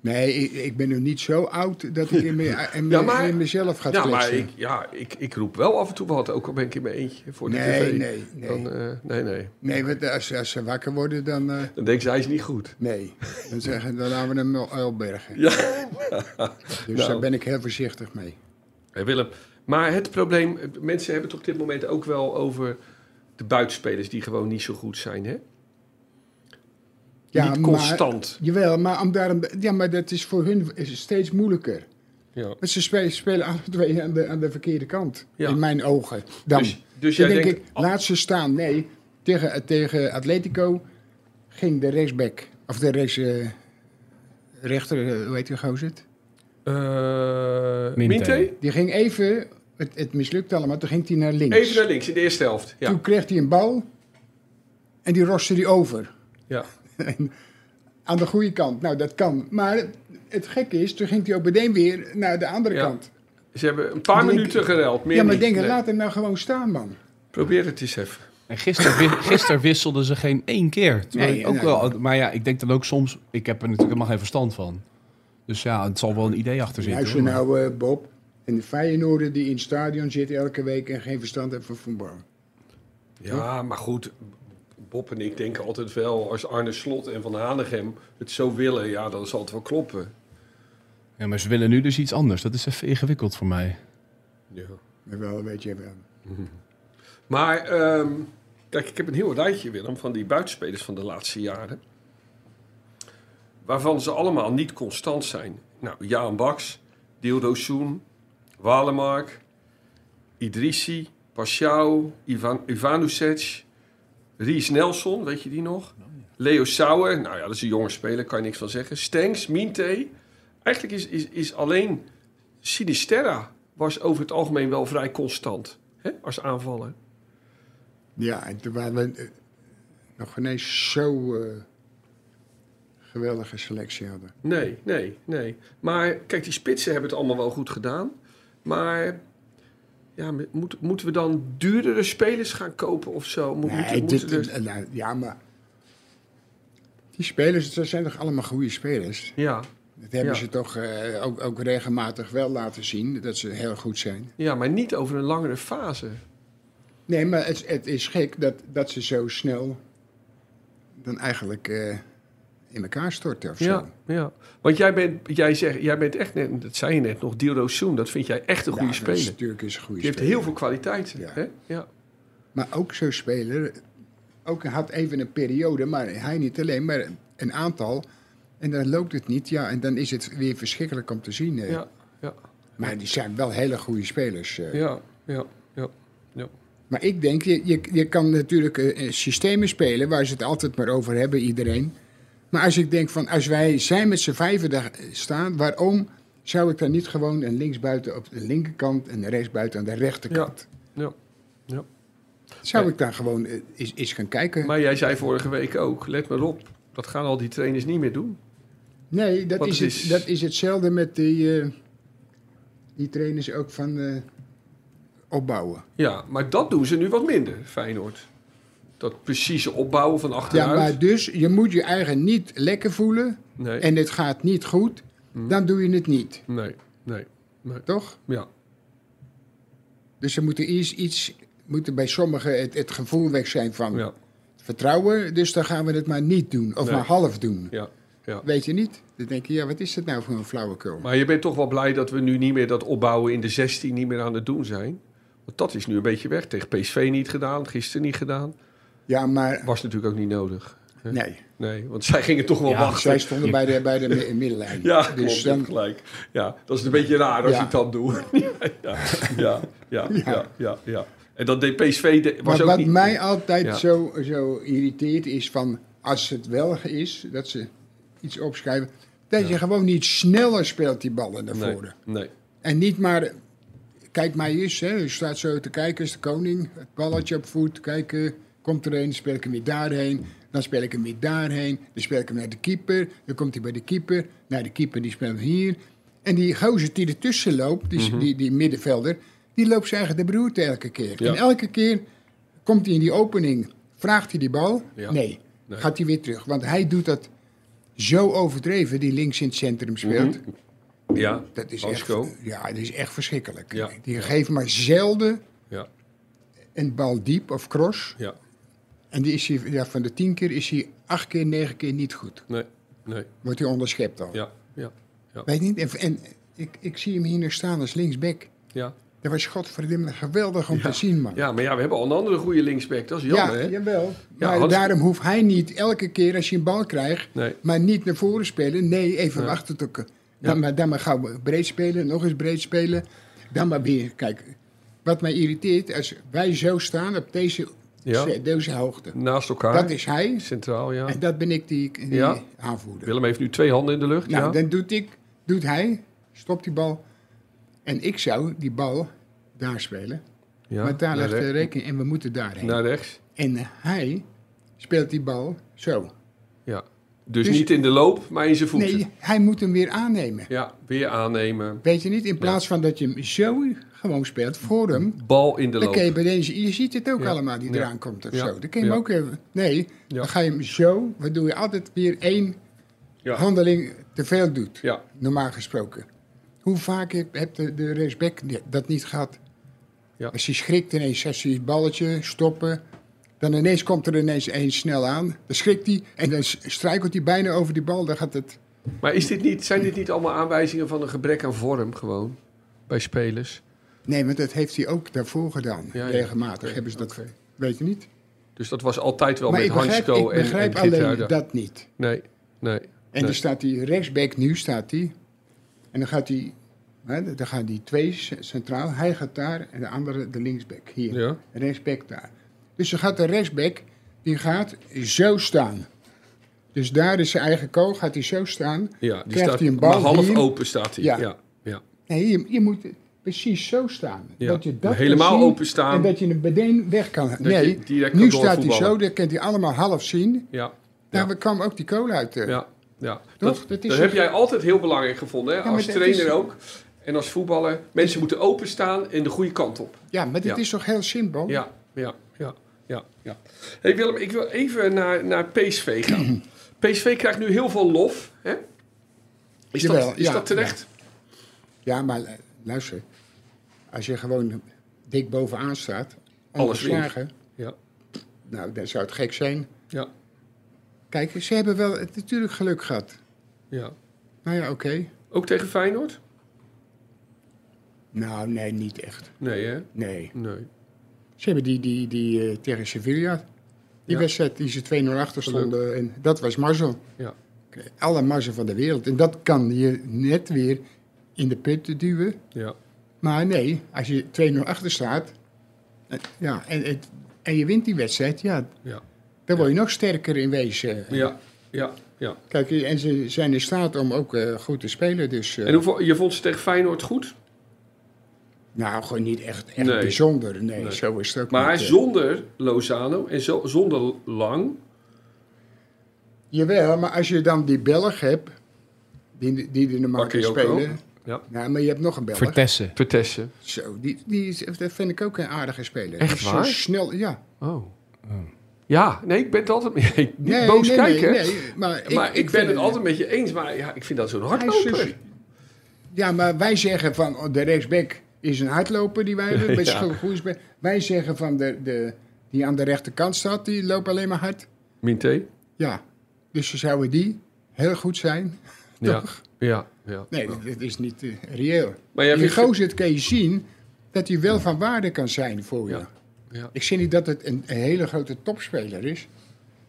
Nee, ik, ik ben nu niet zo oud dat ik in, me, in, me-
Ja, maar-
in mezelf ga
ja, maar
kletsen.
ik, ja, ik, ik roep wel af en toe wat, ook al ben ik in mijn eentje voor de
Nee,
tv.
nee, nee.
Dan, eh, nee, nee.
Nee, want als, als ze wakker worden, dan... eh,
Dan denk ze, hij is niet goed.
Nee, dan zeggen dan laten we hem wel uilbergen.
Ja.
Dus
Nou.
daar ben ik heel voorzichtig mee.
Hey, Willem, maar het probleem, eh, mensen hebben het op dit moment ook wel over de buitenspelers die gewoon niet zo goed zijn, hè? niet constant.
Maar, jawel, maar, om daarom, ja, maar dat is voor hun is het steeds moeilijker.
Ja.
Want ze spelen, spelen alle twee aan de, aan de verkeerde kant,
Ja.
in mijn ogen. Dan,
Dus- dus
Dan
jij
denk
denkt-
ik, laat ze staan. Nee, tegen, tegen Atletico ging de rechtsback, of de rechts, eh, rechter, eh, hoe heet die gozer het?
Eh,
Minte.
Minte?
Die ging even, het, het mislukte allemaal, toen ging hij naar links.
Even naar links in de eerste helft. Ja,
Toen kreeg hij een bal en die roste die over.
ja.
aan de goede kant. Nou, dat kan. Maar het gekke is, toen ging hij ook meteen weer naar de andere
Ja.
kant.
Ze hebben een paar
Denk-
minuten gereld. Meer
ja, maar
niet.
denk,
Nee.
laat hem nou gewoon staan, man.
Probeer het eens even.
En gisteren, wi- gisteren wisselden ze geen één keer. Terwijl
Nee,
ik ook
nee.
wel, maar ja, ik denk dan ook soms... Ik heb er natuurlijk helemaal geen verstand van. Dus ja, het zal wel een idee achter zitten.
Luister
hoor.
nou, eh, Bob. En de Feyenoorder die in het stadion zit elke week en geen verstand heeft van voetbal.
Ja, maar goed. Bob en ik denken altijd wel, als Arne Slot en Van Hanegem het zo willen, ja, dan zal het wel kloppen.
Ja, maar ze willen nu dus iets anders. Dat is even ingewikkeld voor mij.
Ja.
Maar wel, weet je wel.
Maar, ehm, kijk, ik heb een heel rijtje, Willem, van die buitenspelers van de laatste jaren. Waarvan ze allemaal niet constant zijn. Nou, Jaan Baks, Dildo Soen, Walemark, Idrissi, Paschau, Ivan, Ivanusic, Ries Nelson, weet je die nog? Leo Sauer, nou ja, dat is een jonge speler, kan je niks van zeggen. Stenks, Minte. Eigenlijk is, is, is alleen Sinisterra was over het algemeen wel vrij constant hè, als aanvaller.
Ja, en toen waren we eh, nog ineens zo eh, geweldige selectie hadden.
Nee, nee, nee. Maar kijk, die spitsen hebben het allemaal wel goed gedaan. Maar ja, moet, moeten we dan duurdere spelers gaan kopen of zo? Moet, moeten-
Nee,
moeten
dit,
er-
eh, nou, ja, maar... Die spelers, dat zijn toch allemaal goede spelers?
ja,
Dat hebben
Ja.
ze toch eh, ook, ook regelmatig wel laten zien, dat ze heel goed zijn.
ja, maar niet over een langere fase.
Nee, maar het, het is gek dat, dat ze zo snel dan eigenlijk eh, in elkaar storten of zo.
Ja, ja. Want jij bent, jij, zegt, jij bent echt net, dat zei je net nog, Dildo Soen. Dat vind jij echt een goede
Ja, dat is
speler.
natuurlijk is een goede
Die heeft
speler.
heel veel kwaliteiten.
Ja.
Hè? Ja.
Maar ook zo'n speler, ook hij had even een periode, maar hij niet alleen, maar een aantal. En dan loopt het niet, ja, en dan is het weer verschrikkelijk om te zien. eh.
Ja, ja,
Maar die zijn wel hele goede spelers. eh.
ja, ja, ja, ja.
Maar ik denk, je, je, je kan natuurlijk eh, eh, systemen spelen waar ze het altijd maar over hebben, iedereen. Maar als ik denk van, als wij zijn met z'n vijven daar eh, staan, waarom zou ik dan niet gewoon een linksbuiten op de linkerkant en een rechtsbuiten aan de rechterkant?
ja.
Zou
Ja.
ik dan gewoon eh, eens, eens gaan kijken?
Maar jij zei vorige week ook, let maar op, dat gaan al die trainers niet meer doen.
nee, dat
Want
is,
het
het,
is-
dat is hetzelfde met die, eh, die trainers ook van eh, opbouwen.
Ja, maar dat doen ze nu wat minder, Feyenoord. Dat precieze opbouwen van
Ja,
achteruit.
maar dus, je moet je eigen niet lekker voelen
nee, Mhm.
en het gaat niet goed, dan doe je het niet,
nee, nee, nee.
toch?
Ja,
Dus er moet er iets, iets moet er bij sommigen het, het gevoel weg zijn van
ja,
vertrouwen, dus dan gaan we het maar niet doen. Of
Nee.
maar half doen.
Ja, ja.
Weet je niet? Dan denk je, ja, wat is het nou voor een flauwekul?
Maar je bent toch wel blij dat we nu niet meer dat opbouwen in de 16 niet meer aan het doen zijn. Want dat is nu een beetje weg. Tegen PSV niet gedaan, gisteren niet gedaan.
ja, maar
Was natuurlijk ook niet nodig. hè?
nee.
Nee, want zij gingen toch wel
Ja,
wachten.
Zij stonden bij de, bij de mi- middenlijn.
Ja,
dus
klopt, je hebt
dan,
gelijk. Ja, dat is een beetje raar als
Ja.
je het dan doet. ja, ja, ja, ja, ja, ja, En dat deed PSV de, was
maar
ook
wat
niet...
mij altijd
Ja.
zo, zo irriteert is van als het wel is dat ze iets opschrijven, dat je gewoon niet sneller speelt die ballen naar
nee,
voren.
nee,
En niet maar, kijk mij eens, hè, je staat zo te kijken, is de koning, het balletje op voet, kijk, eh, komt er een, dan speel ik hem weer daarheen, dan speel ik hem weer daarheen, dan speel ik hem naar de keeper, dan komt hij bij de keeper, naar de keeper, die speelt hem hier. En die gozer die ertussen loopt, die,
Mhm.
die, die middenvelder, die loopt zijn eigen de beroerte elke keer.
Ja.
En elke keer komt hij in die opening, vraagt hij die bal?
Ja.
Nee.
Nee.
Gaat hij weer terug, want hij doet dat zo overdreven, die links in het centrum speelt.
Mhm. ja,
Dat is echt,
Basco.
ja, dat is echt verschrikkelijk.
Ja.
Die geeft maar zelden
Ja,
een bal diep of cross.
ja,
En die is hij, ja, van de tien keer is hij acht keer, negen keer niet goed.
nee, nee,
Wordt hij onderschept al.
ja, ja,
Weet niet? En, en ik, ik zie hem hier nog staan als linksback.
ja.
Dat was godverdomme geweldig om te zien, man.
Ja, maar ja, we hebben al een andere goede linksback. Dat is
Ja,
jammer, hè?
jawel.
Ja,
maar
Hans-
daarom hoeft hij niet elke keer als je een bal krijgt,
Nee.
maar niet naar voren spelen. Nee, even
Ja.
wachten tot... Dan,
Ja.
maar, dan maar gauw breed spelen, nog eens breed spelen. Dan maar weer. Kijk, wat mij irriteert, als wij zo staan op deze,
Ja.
deze hoogte.
Naast elkaar.
Dat is hij
Centraal, ja.
en dat ben ik die, die
Ja.
aanvoerder.
Willem heeft nu twee handen in de lucht.
Nou,
ja.
dan doet, ik, doet hij, stopt die bal. En ik zou die bal daar spelen.
ja.
maar daar
naar,
ligt de
re-
rekening en we moeten daarheen.
naar rechts.
En hij speelt die bal zo.
Ja. Dus,
Dus-
niet in de loop, maar in zijn voeten.
Nee, hij moet hem weer aannemen.
Ja, weer aannemen.
Weet je niet? In plaats van dat je hem zo gewoon speelt voor hem.
Bal in de
Dan
loop.
kun je bij deze, je ziet het ook
Ja.
allemaal die
Ja.
eraan komt of
Ja.
zo. Dan kun je hem
Ja.
ook even. Nee,
Ja.
dan ga je hem zo. Wat doe je altijd weer één
Ja.
handeling te veel doet.
Ja.
Normaal gesproken. Hoe vaak heb- hebt de, de rechtsback dat niet gehad?
Ja.
Als hij schrikt ineens, als hij het balletje stoppen. Dan ineens komt er ineens één snel aan. Dan schrikt hij en dan s- struikelt hij bijna over die bal. Dan gaat het.
Maar is dit niet, zijn dit niet allemaal aanwijzingen van een gebrek aan vorm gewoon? Bij spelers?
Nee, want dat heeft hij ook daarvoor gedaan.
Ja, ja.
Regelmatig
Oké,
hebben ze dat.
oké.
Weet je niet?
Dus dat was altijd wel
maar
met
ik begrijp,
Hansko
ik begrijp
en, en
alleen
Geertruida.
dat niet.
Nee, nee.
En
Nee.
dan staat hij rechtsback nu, staat hij. En dan gaat hij, hè, dan gaan die twee c- centraal. Hij gaat daar en de andere de linksback hier.
Ja.
En Rechtsback daar. Dus dan gaat de rechtsback, die gaat zo staan. Dus daar is zijn eigen kool, gaat hij zo staan.
Ja, die
Krijgt
staat
hij een bal
maar half
hier?
open staat hij. Ja.
Ja.
Ja. Ja.
Nee, je, je moet precies zo staan.
Ja,
Dat je dat
helemaal
kan zien
open staan.
En dat je hem meteen weg kan.
je
nee,
direct kan
nu staat hij
doorvoetballen.
zo, dat kan hij allemaal half zien.
Ja.
Daar kwam ook die kool uit. eh.
Ja, ja.
Toch?
Dat,
Dat is
dat
zo-
heb jij altijd heel belangrijk gevonden, hè?
maar
als
dat
trainer
is-
ook. En als voetballer. Mensen moeten openstaan en de goede kant op.
Ja, maar dit
Ja.
is toch heel simpel?
Ja, ja, ja, ja. ja. Hey Willem, ik wil even naar, naar PSV gaan. PSV krijgt nu heel veel lof. Hè? Is,
Jawel,
dat, is
ja,
dat terecht?
Ja, maar eh, luister. Als je gewoon dik bovenaan staat,
Alles wint.
ongeslagen,
Ja,
nou, dan zou het gek zijn.
ja,
Kijk, ze hebben wel het natuurlijk geluk gehad.
ja.
Nou ja, oké.
Ook tegen Feyenoord?
Nou, nee, niet echt.
Nee, hè?
Nee.
Nee.
Ze hebben die, die, die eh, tegen Sevilla, die
Ja.
wedstrijd die ze 2-0 achter stonden, en dat was mazzel.
Ja,
Alle mazzel van de wereld. En dat kan je net weer in de put duwen.
ja,
Maar nee, als je 2-0 achter staat, eh, ja, en, het- en je wint die wedstrijd, ja,
ja,
Daar word je nog sterker in wezen.
ja, ja. ja.
Kijk, en ze zijn in staat om ook eh, goed te spelen. Dus, eh,
En hoeveel, je vond ze tegen Feyenoord goed?
Nou, gewoon niet echt, echt
Nee.
bijzonder. Nee,
Nee.
zo is het ook
Maar
niet, eh.
zonder Lozano en zo, zonder Lang.
Jawel, maar als je dan die Belg hebt, die, die er normaal
Bakayoko.
in spelen.
Ja.
Nou, maar je hebt nog een Belg.
Vertessen.
Vertessen.
Zo, die, die, is- dat vind ik ook een aardige speler.
Echt
Die is zo
waar?
snel, ja.
Oh. Ja, nee, ik ben het altijd mee. Niet
Nee,
boos
nee,
kijken.
Nee, nee, maar ik,
maar ik,
ik
ben
vind
het altijd met je eens, maar ja, ik vind dat zo'n
Hij
hardloper.
is- Ja, maar wij zeggen van oh, de rechtsback is een hardloper die wij hebben. Best
Ja.
goed, goed is. Wij zeggen van de, de, die aan de rechterkant staat, die loopt alleen maar hard.
Minté?
Ja, dus ze zouden die heel goed zijn.
Ja. Ja, ja.
Nee, dat, dat is niet eh, reëel.
Maar
Maar
jij
je
vindt-
gozer kan je zien dat hij wel van waarde kan zijn voor je.
Ja. Ja.
Ik zie niet dat het een, een hele grote topspeler is.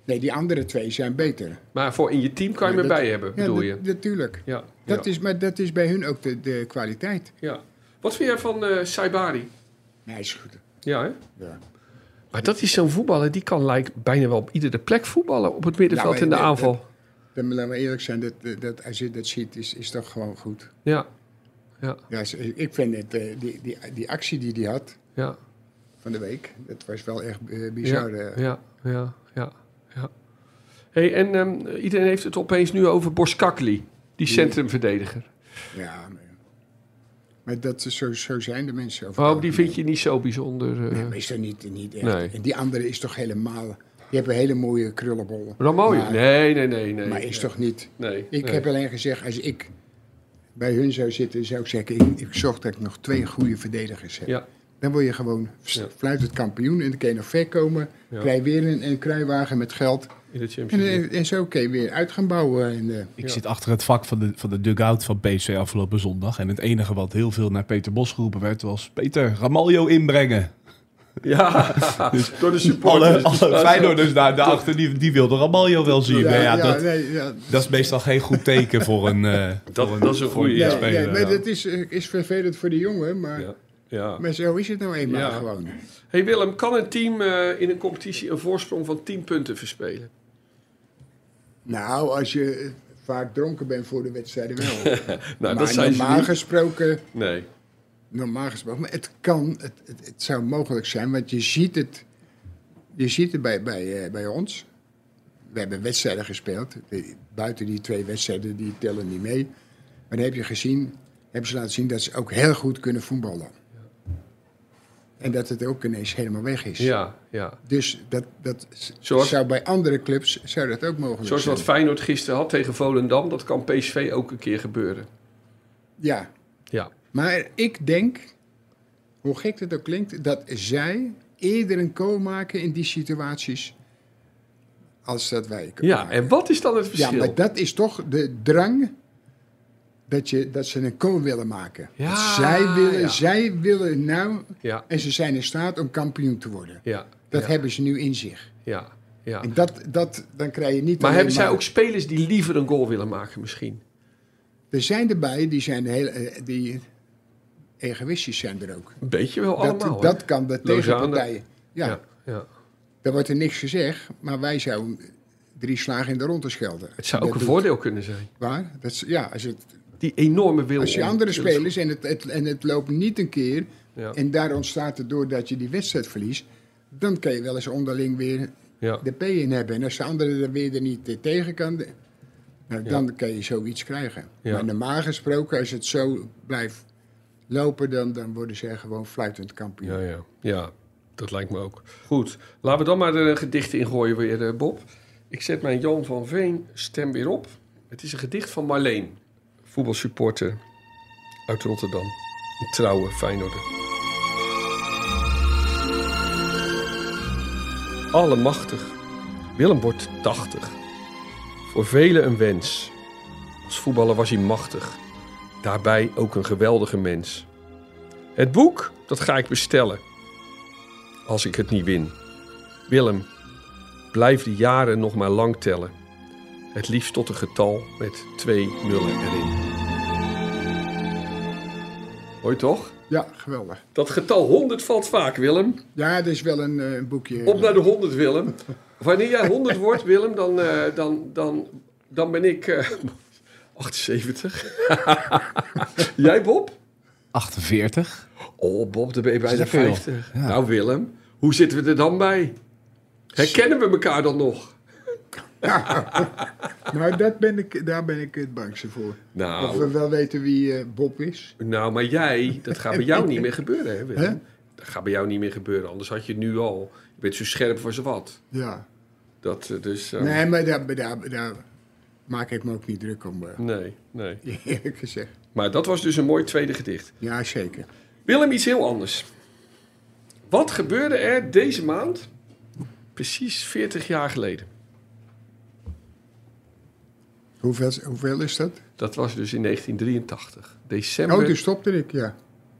Nee, die andere twee zijn beter.
Maar voor in je team kan je hem
Maar dat-
erbij hebben,
Ja,
bedoel
dat-
je?
Natuurlijk.
Ja.
Dat
ja,
is, maar dat is bij hun ook de, de kwaliteit.
ja. Wat vind jij van eh Saibari?
Nee, is goed.
Ja, hè?
Ja.
Maar dat is zo'n voetballer, die kan lijkt bijna wel op iedere plek voetballen. Op het middenveld
Ja,
in de
maar-
aanval.
Dan laten we eerlijk zijn, dat, dat, dat als je dat ziet, is, is toch gewoon goed.
Ja,
Ja, ze- ik vind het, eh, die, die, die actie die hij had
ja,
van de week, dat was wel echt eh,
ja,
bizar. eh.
ja, ja, ja, ja. hey, en ehm, iedereen heeft het opeens nu over Boskakli, die centrumverdediger.
Ja, maar, maar dat, is zo, zo zijn de mensen. over
Waarom
het
die
algemeen.
vind je niet zo bijzonder? eh?
Nee, maar is dat niet, niet echt.
Nee.
En die andere is toch helemaal... Die hebben hele mooie krullenbollen.
Ramoyo?
Maar,
nee, nee, nee, nee.
maar is toch niet...
Nee,
Ik
nee.
heb alleen gezegd, als ik bij hun zou zitten, zou ik zeggen... Ik, ik zorg dat ik nog twee goede verdedigers heb.
Ja,
Dan word je gewoon s-
Ja.
fluitend kampioen. En dan kan je nog ver komen.
Ja.
Krijg weer een, een kruiwagen met geld.
in de Champions
En,
League.
en, en zo kun je weer uit gaan bouwen. En, eh,
Ik
Ja.
zit achter het vak van de, van de dugout van PC afgelopen zondag. En het enige wat heel veel naar Peter Bos geroepen werd, was... Peter, Ramaljo inbrengen.
Ja,
Dus
door de supporters.
Alle, alle Feyenoorders daar, daarachter, die, die wilden Ramaljo wel zien. maar ja, dat,
nee, ja.
dat is meestal geen goed teken voor een... eh,
Dat, dat is een goede
Nee,
ja.
spelen,
nee, maar
ja.
dat is, eh, is vervelend voor de jongen, maar,
Ja. ja.
maar zo is het nou eenmaal
Ja.
gewoon.
Hey Willem, kan een team eh, in een competitie een voorsprong van 10 punten verspelen?
Nou, als je eh, vaak dronken bent voor de wedstrijden wel.
Nou,
maar
dat zijn ze
normaal
niet.
gesproken,
Nee.
normaal gesproken, maar het kan, het, het, het zou mogelijk zijn, want je ziet het, je ziet het bij, bij, eh, bij ons. We hebben wedstrijden gespeeld, eh, buiten die twee wedstrijden, die tellen niet mee. Maar dan heb je gezien, hebben ze laten zien dat ze ook heel goed kunnen voetballen. En dat het ook ineens helemaal weg is.
Ja, ja.
Dus dat, dat s-
Zoals-
zou bij andere clubs zou dat ook mogelijk
Zoals
zijn.
wat Feyenoord gisteren had tegen Volendam, dat kan PSV ook een keer gebeuren.
Ja,
Ja.
maar ik denk, hoe gek het ook klinkt, dat zij eerder een goal maken in die situaties als dat wij kunnen
Ja,
maken.
en wat is dan het
ja,
verschil?
maar dat is toch de drang dat, je, dat ze een goal willen maken.
Ja,
Dat zij, willen,
ja.
zij willen nou,
Ja,
en ze zijn in staat om kampioen te worden.
ja,
Dat
ja,
hebben ze nu in zich.
ja, ja.
En dat, dat, dan krijg je niet
Maar
alleen
hebben zij ook spelers die liever een goal willen maken misschien?
Er zijn erbij, die zijn heel, eh, die egoïstisch zijn er ook.
Een beetje wel
Dat,
allemaal, hè?
dat kan de
Lozano.
tegenpartijen. Ja,
ja, ja.
daar wordt er niks gezegd, maar wij zouden drie slagen in de ronde schelden.
Het zou
Dat
ook een
doet-
voordeel kunnen zijn.
Waar? Dat is, ja, als, het,
Die enorme wil.
als je
om-
andere spelers en het, het, en het loopt niet een keer...
Ja,
en daar ontstaat het doordat je die wedstrijd verliest... dan kan je wel eens onderling weer
ja,
de P in hebben. En als de andere er weer er niet eh, tegen kan... de- nou,
Ja.
dan kan je zoiets krijgen.
Ja.
Maar normaal gesproken, als het zo blijft lopen... dan, dan worden ze gewoon fluitend kampioen.
ja, ja, ja. Dat lijkt me ook. Goed, laten we dan maar er een gedicht in gooien weer, eh, Bob. Ik zet mijn Jan van Veen stem weer op. Het is een gedicht van Marleen, voetbalsupporter uit Rotterdam. Een trouwe Feyenoorder. Allemachtig, Willem wordt 80. Voor velen een wens. Als voetballer was hij machtig. Daarbij ook een geweldige mens. Het boek, dat ga ik bestellen. Als ik het niet win. Willem, blijf de jaren nog maar lang tellen. Het liefst tot een getal met twee nullen erin. Hoor je toch?
Ja, geweldig.
Dat getal 100 valt vaak, Willem.
Ja, dat is wel een, eh, een boekje.
Op naar de 100, Willem. Wanneer jij 100 wordt, Willem, dan, eh, dan, dan, dan ben ik eh, 78. jij, Bob?
48.
Oh, Bob, dan ben je bijna
Dat is veel.
50. Nou, Willem, hoe zitten we er dan bij? Herkennen we elkaar dan nog?
Nou, dat ben ik, daar ben ik het bangste voor. Of we
Nou,
wel weten wie eh, Bob is.
nou, maar jij, dat gaat bij jou niet meer gebeuren, hè, Willem?
Hè?
Dat gaat bij jou niet meer gebeuren, anders had je het nu al. Je bent zo scherp voor wat.
Ja.
Dat, eh, dus, eh,
Nee, maar daar, daar, daar maak ik me ook niet druk om, eh,
nee, nee.
eerlijk gezegd.
Maar dat was dus een mooi tweede gedicht.
Ja, zeker.
Willem, iets heel anders. Wat gebeurde er deze maand Precies 40 jaar geleden.
Hoeveel, hoeveel is dat?
Dat was dus in 1983. December.
Oh, toen stopte ik, ja.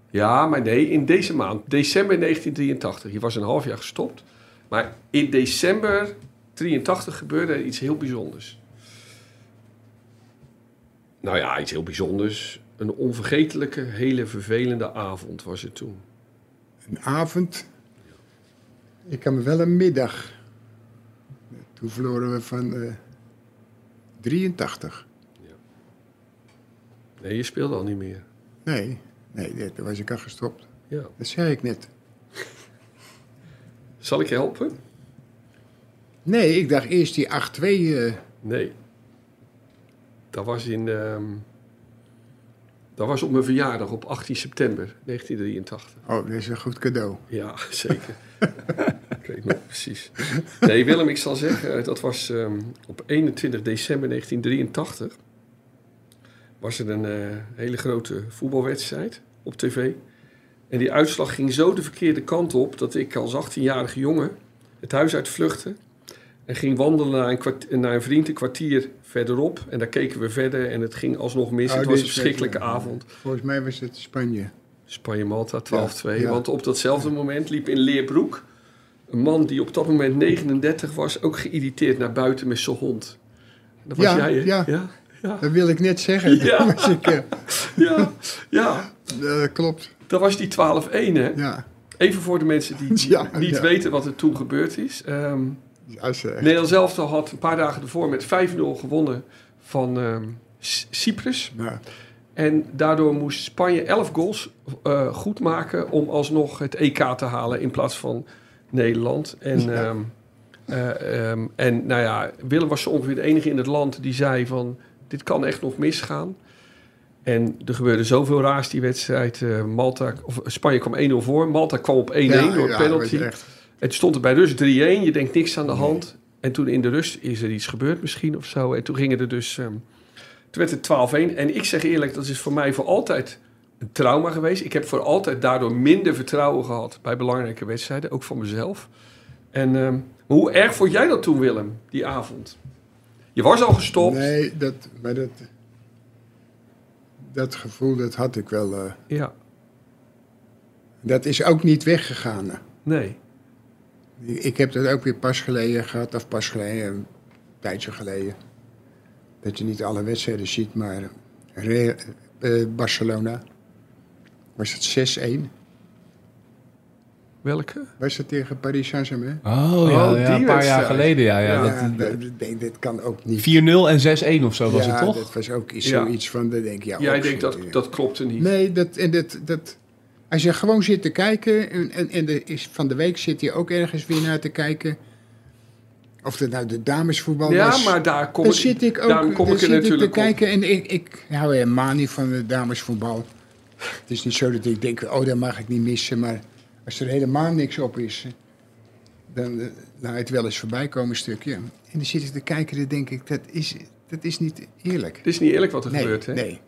Ja, maar nee, in deze maand, december 1983. Je was een half jaar gestopt. Maar in december 83 gebeurde er iets heel bijzonders. Nou ja, iets heel bijzonders. Een onvergetelijke, hele vervelende avond was het toen.
Een avond. Ik kan me wel een middag. Toen verloren we van eh, 83.
Nee, je speelde al niet meer.
Nee, nee, toen was ik al gestopt.
Ja.
Dat zei ik net.
Zal ik je helpen?
Nee, ik dacht eerst die 8-2. eh,
Nee. Dat was in. ehm, dat was op mijn verjaardag op 18 september 1983.
oh, dat is een goed cadeau.
Ja, zeker. ik weet nog precies. Nee, Willem, ik zal zeggen, dat was ehm, op 21 december 1983. Was er een eh, hele grote voetbalwedstrijd op tv. En die uitslag ging zo de verkeerde kant op dat ik als 18-jarige jongen het huis uit vluchtte. En ging wandelen naar een, kwart- naar een vriend een kwartier verderop. En daar keken we verder en het ging alsnog mis.
Oh,
het
dit
was een
is-
verschrikkelijke avond.
Volgens mij was het Spanje.
Spanje-Malta 12-2.
Ja, ja.
Want op datzelfde moment liep in Leerbroek een man die op dat moment 39 was, ook geïrriteerd naar buiten met zijn hond. Dat was
Ja,
jij, hè?
ja.
ja. Ja,
Dat wil ik net zeggen.
Ja.
Was ik, eh,
ja, ja.
dat klopt.
dat was die 12-1, hè?
Ja.
Even voor de mensen die
Ja,
niet
ja.
weten wat er toen gebeurd is. Ehm,
Als, eh,
Nederland zelf had een paar dagen ervoor met 5-0 gewonnen van ehm, C- Cyprus.
nou,
En daardoor moest Spanje 11 goals eh goed maken om alsnog het EK te halen in plaats van Nederland. En, ehm, eh, ehm, en nou ja, Willem was zo ongeveer de enige in het land die zei van dit kan echt nog misgaan. En er gebeurde zoveel raars die wedstrijd. Eh, Malta, of Spanje kwam 1-0 voor. Malta kwam op 1-1 door
ja, was
penalty.
echt-
Het stond er bij rust 3-1. Je denkt niks aan de hand. En toen in de rust is er iets gebeurd misschien of zo. En toen gingen er dus... ehm, toen werd het 12-1. En ik zeg eerlijk, dat is voor mij voor altijd een trauma geweest. Ik heb voor altijd daardoor minder vertrouwen gehad bij belangrijke wedstrijden. Ook van mezelf. En ehm, maar hoe erg vond jij dat toen, Willem, die avond? Je was al gestopt.
Nee, dat, maar dat, dat gevoel dat had ik wel. eh.
Ja,
dat is ook niet weggegaan. eh.
nee.
Ik ik heb dat ook weer pas geleden gehad, of pas geleden, een tijdje geleden. Dat je niet alle wedstrijden ziet, maar Re- eh, Barcelona. Was het 6-1?
Welke?
Was het tegen Paris Saint-Germain?
Oh, ja,
Oh,
ja,
die
een paar jaar
wedstrijd.
geleden. Ja, ja,
Ja,
dat-
Ja, dat, ik denk, dit kan ook niet.
4-0 en 6-1 of zo was
ja,
het toch?
dat was ook iets,
Ja.
zoiets van, dat denk ik, ja,
Jij
ook
denkt
zo,
dat
ja.
dat klopte niet.
Nee, dat, en dat, dat, als je gewoon zit te kijken, en, en, en er is, van de week zit hij ook ergens weer naar te kijken. Of dat nou de damesvoetbal
ja,
was.
maar daar kom
daar
ik,
zit ik ook
daarom kom
daar
ik er
zit ik
natuurlijk
te
op.
kijken. En ik, ik hou helemaal niet van de damesvoetbal. Het is niet zo dat ik denk, oh, dat mag ik niet missen. Maar als er helemaal niks op is, dan eh, laat het wel eens voorbij komen een stukje. En dan zit ik te kijken, dan denk ik, dat is, dat is niet eerlijk.
Het is niet eerlijk wat er
Nee,
gebeurt, hè?
nee.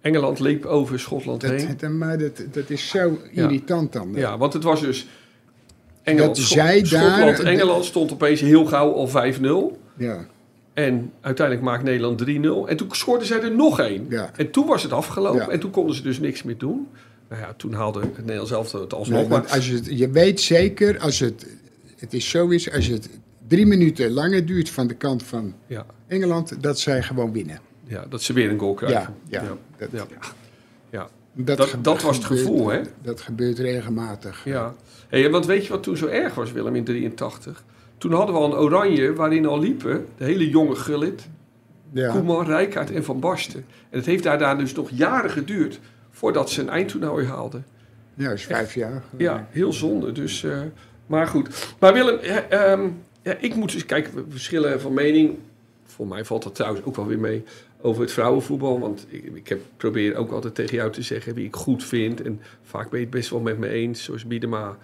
Engeland liep over Schotland heen.
Dat, dat- maar dat, dat is zo irritant dan.
Ja, want het was dus... Engeland,
Dat
Schot-
zij daar-
Schotland, Engeland stond opeens heel gauw al 5-0.
Ja,
En uiteindelijk maakt Nederland 3-0. En toen scoorden zij er nog één.
Ja.
En toen was het afgelopen.
Ja.
En toen konden ze dus niks meer doen. Nou ja, toen haalde het Nederlands zelf het alsnog.
Nee, want
maar
als je, het- je weet zeker, als het, het is zoiets, als het drie minuten langer duurt van de kant van
ja,
Engeland, dat zij gewoon winnen.
ja, dat ze weer een goal
Ja,
krijgen.
ja, dat-
ja. ja. dat
gebe-
was het
gebeurt-
gevoel, hè?
Dat gebeurt regelmatig.
Ja, hey, want weet je wat toen zo erg was, Willem, in 83? Toen hadden we al een oranje waarin al liepen de hele jonge Gullit,
Ja.
Koeman, Rijkaard en Van Basten. En het heeft daarna dus nog jaren geduurd voordat ze een eindtoernooi haalden.
Ja, dat is vijf jaar. eh,
Ja, heel zonde. Dus, eh, maar goed. Maar Willem, eh, ehm, ja, ik moet dus kijken, we verschillen van mening. Voor mij valt dat trouwens ook wel weer mee over het vrouwenvoetbal. Want ik, ik heb, probeer ook altijd tegen jou te zeggen wie ik goed vind. En vaak ben je het best wel met me eens, zoals Biedema.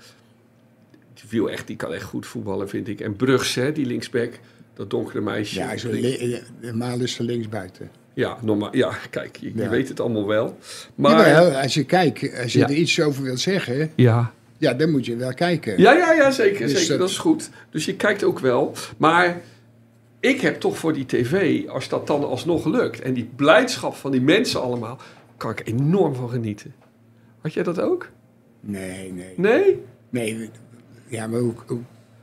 Die, viel echt, die kan echt goed voetballen, vind ik. En Brugs, hè, die linksback, dat donkere meisje.
Ja, zo li- eh, normaal is ze linksbuiten.
ja, normaal, ja kijk, je, je
Ja.
weet het allemaal wel. Maar,
Maar als je kijkt, als je
Ja.
er iets over wilt zeggen,
ja,
Ja, dan moet je wel kijken.
Ja, ja, ja, zeker.
Dus
zeker.
dat-
Dat is goed. Dus je kijkt ook wel. Maar ik heb toch voor die tv, als dat dan alsnog lukt... en die blijdschap van die mensen allemaal... kan ik enorm van genieten. Had jij dat ook?
Nee, nee.
Nee?
Nee, ja, maar hoe, hoe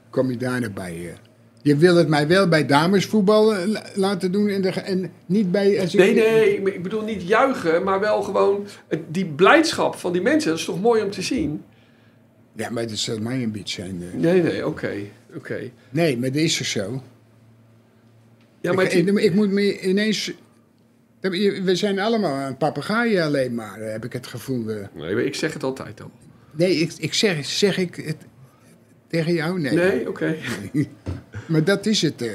kom je daar nou bij? eh? Je wil het mij wel bij damesvoetbal eh, la- laten doen en, de, ge- en niet bij... Als ik-
Nee, nee. ik- Ik bedoel niet juichen, maar wel gewoon... het- die blijdschap van die mensen, dat is toch mooi om te zien?
Ja, maar dat zal mijn ambitie zijn. eh.
Nee, nee, oké. Oké.
Nee, maar dat is er zo.
Ja, maar
ik,
die-
ik, ik moet me ineens... We zijn allemaal een papegaaien alleen maar, heb ik het gevoel. eh.
Nee, maar ik zeg het altijd al.
Nee, ik, ik zeg, zeg ik het tegen jou? Nee.
Nee, oké.
Maar dat is het. eh.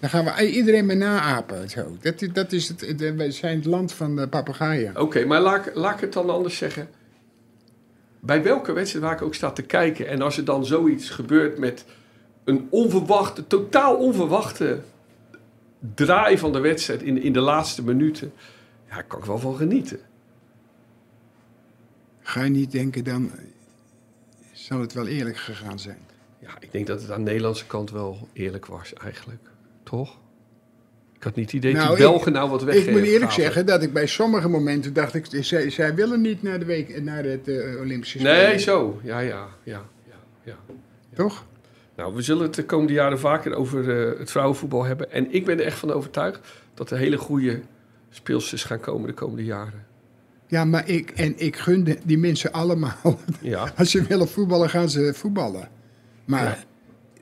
Dan gaan we iedereen maar naapen. Zo. Dat, is- dat is het, het, eh, wij zijn het land van de papegaaien.
Oké, maar laat, ik- laat ik het dan anders zeggen. Bij welke wedstrijd waar ik ook sta te kijken... en als er dan zoiets gebeurt met een onverwachte, totaal onverwachte draai van de wedstrijd... in, in de laatste minuten, ja, daar kan ik wel van genieten.
Ga je niet denken, dan eh, zal het wel eerlijk gegaan zijn.
Ja, ik denk dat het aan de Nederlandse kant wel eerlijk was eigenlijk. Toch? Ik had niet het idee dat
Nou,
die Belgen nou wat
Ik
weggeven.
moet eerlijk zeggen dat ik bij sommige momenten dacht, ik, zij, zij willen niet naar, de week, naar het eh, Olympische Spelen.
Nee, zo. Ja, ja, ja, ja, ja.
Toch?
Nou, we zullen het de komende jaren vaker over eh, het vrouwenvoetbal hebben. En ik ben er echt van overtuigd dat er hele goede speelsters gaan komen de komende jaren.
Ja, maar ik, en ik gun de- die mensen allemaal.
Ja,
Als ze willen voetballen, gaan ze voetballen. Maar
Ja.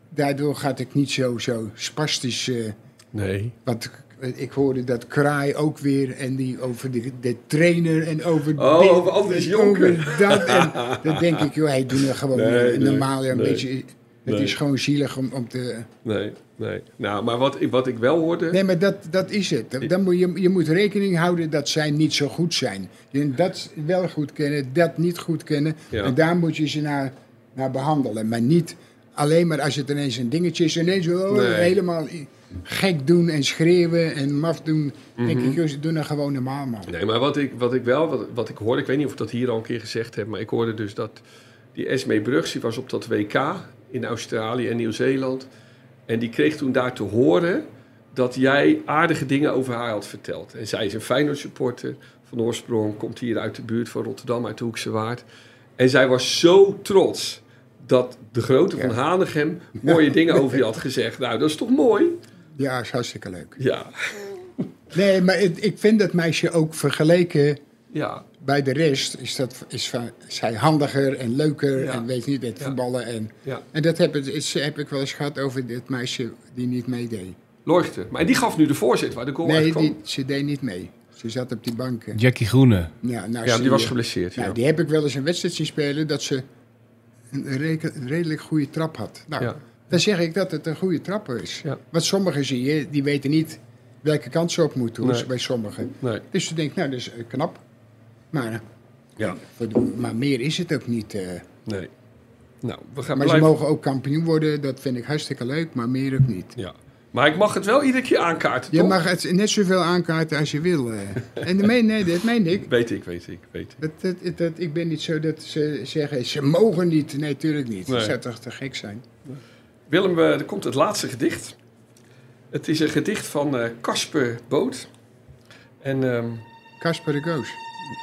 daardoor gaat ik niet zo, zo spastisch... eh,
nee.
Want ik hoorde dat Kraai ook weer en die over de, de trainer en over...
Oh,
dit
over Andries
en
Jonker.
over dat. En dan denk ik, joh, hij doet er gewoon
Nee,
eh,
nee,
normaal. ja, een
nee,
beetje, het
nee.
is gewoon zielig om, om te...
Nee, nee. Nou, maar wat ik, wat ik wel hoorde...
Nee, maar dat, dat is het. Dan- Dan moet je, je moet rekening houden dat zij niet zo goed zijn. Je dat wel goed kennen, dat niet goed kennen.
Ja.
En daar moet je ze naar, naar behandelen. Maar niet alleen maar als het ineens een dingetje is. Ineens oh,
Nee.
helemaal i- gek doen en schreeuwen en maf doen.
Mhm.
Denk ik, joh, ze doen er gewoon normaal, man.
Nee, maar wat ik, wat ik wel, wat, wat ik hoorde, ik weet niet of ik dat hier al een keer gezegd heb, maar ik hoorde dus dat die Esme Brugs, die was op dat WK in Australië en Nieuw-Zeeland. En die kreeg toen daar te horen dat jij aardige dingen over haar had verteld. En zij is een Feyenoord supporter van oorsprong, komt hier uit de buurt van Rotterdam, uit de Hoekse Waard. En zij was zo trots dat de grote van Hanegem mooie dingen over je had gezegd. Nou, dat is toch mooi?
Ja, is hartstikke leuk.
Ja,
Nee, maar het- ik vind dat meisje ook vergeleken
ja,
bij de rest. Is, dat, is van- zij handiger en leuker
Ja.
en weet niet, met
Ja.
voetballen en...
ja.
En dat heb, het, is, heb ik wel eens gehad over dit meisje die niet meedeed.
Leuchten. Maar die gaf nu de voorzet waar de goal uit
Nee,
kwam.
die, ze deed niet mee. Ze zat op die banken.
Jackie Groene.
Ja, nou,
Ja,
ze-
die was geblesseerd. Ja.
Nou, die heb ik wel eens een wedstrijd zien spelen dat ze een reke- redelijk goede trap had. Nou,
Ja.
dan zeg ik dat het een goede trap is.
Ja.
Want sommigen zie je, die weten niet welke kant ze op moeten hoor,
Nee.
bij sommigen.
Nee.
Dus je denkt, nou, dat is eh, knap. Maar, eh,
Ja.
voor de- maar meer is het ook niet. eh.
nee. Nou, we gaan
Maar ze
blijven.
mogen ook kampioen worden, dat vind ik hartstikke leuk, maar meer ook niet.
Ja. Maar ik mag het wel iedere keer aankaarten,
Je
toch?
mag het net zoveel aankaarten als je wil. eh. En dat meen, nee, dat meen ik.
Weet ik, weet ik, weet ik.
Dat, dat, dat, dat- ik ben niet zo dat ze zeggen, ze mogen niet. Nee, tuurlijk niet.
Nee.
Dat zou toch te gek zijn?
Willem, eh, er komt het laatste gedicht. Het is een gedicht van eh, Casper Boot. En, ehm,
Casper de Goos.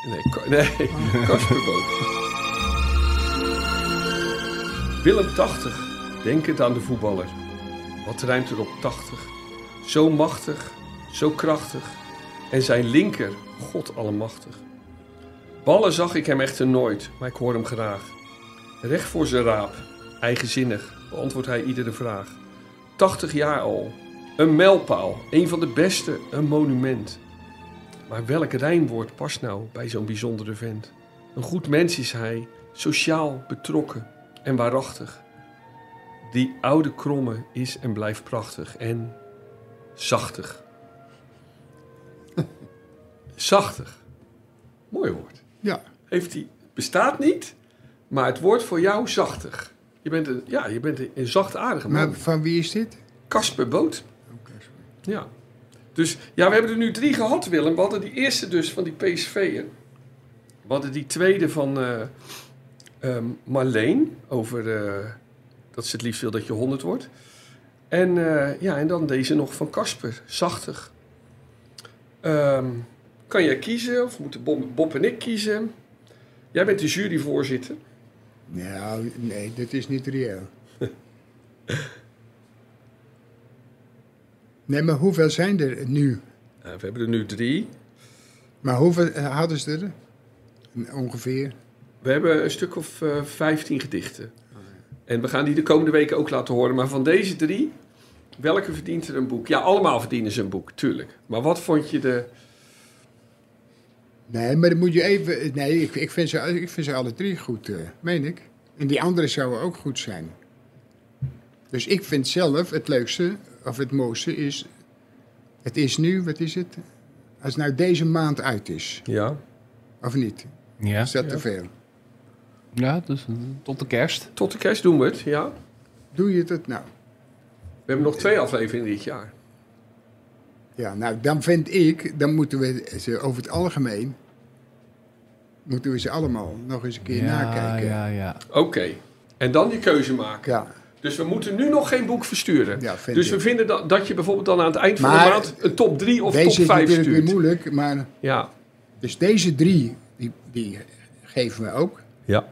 nee, Ka- nee, Casper Boot. Willem 80, denkend aan de voetballer. Wat ruimt er op 80? Zo machtig, zo krachtig. En zijn linker, God allemachtig. Ballen zag ik hem echter nooit, maar ik hoor hem graag. Recht voor zijn raap, eigenzinnig, beantwoordt hij iedere vraag. 80 jaar al, een mijlpaal, een van de beste, een monument. Maar welk rijmwoord past nou bij zo'n bijzondere vent? Een goed mens is hij, sociaal, betrokken en waarachtig. Die oude kromme is en blijft prachtig en zachtig. zachtig. Mooi woord
Ja,
heeft die, bestaat niet, maar het woord voor jou zachtig. Je bent een, ja, je bent een, een zachtaardige man.
maar van wie is dit?
Kasper Boot. Ja. Dus ja, we hebben er nu drie gehad, Willem. We hadden die eerste dus van die PSV'er. We hadden die tweede van eh ehm, Marleen over eh, dat ze het liefst wil dat je 100 wordt. En, eh, ja, en dan deze nog van Casper, zachtig. Ehm, kan jij kiezen of moeten Bob, Bob en ik kiezen? Jij bent de juryvoorzitter.
Nou, nee, dat is niet reëel. nee, maar hoeveel zijn er nu?
Eh, we hebben er nu drie.
Maar hoeveel eh, hadden ze er? Ongeveer.
We hebben een stuk of eh 15 gedichten. En we gaan die de komende weken ook laten horen. Maar van deze drie, welke verdient er een boek? Ja, allemaal verdienen ze een boek, tuurlijk. Maar wat vond je de...
Nee, maar dan moet je even. Nee, ik, ik, vind, ze, ik vind ze alle drie goed, eh, meen ik. En die andere zouden ook goed zijn. Dus ik vind zelf het leukste, of het mooiste is. Het is nu, wat is het? Als nou deze maand uit is,
Ja,
of niet?
Ja,
Is dat
Ja.
te veel?
ja dus eh, tot de kerst.
tot de kerst doen we het, ja.
Doe je dat nou?
We hebben nog twee afleveringen dit jaar.
Ja, nou, dan vind ik, dan moeten we ze over het algemeen. moeten we ze allemaal nog eens een keer nakijken.
ja, ja.
Oké, en dan die keuze maken.
ja.
Dus we moeten nu nog geen boek versturen.
Ja, vind
dus
ik.
we vinden dat, dat je bijvoorbeeld dan aan het eind van
Maar-
de maand... een top 3 of
Deze
top
is
5
natuurlijk weer
stuurt.
moeilijk, maar.
Ja.
Dus deze drie, die, die geven we ook.
ja,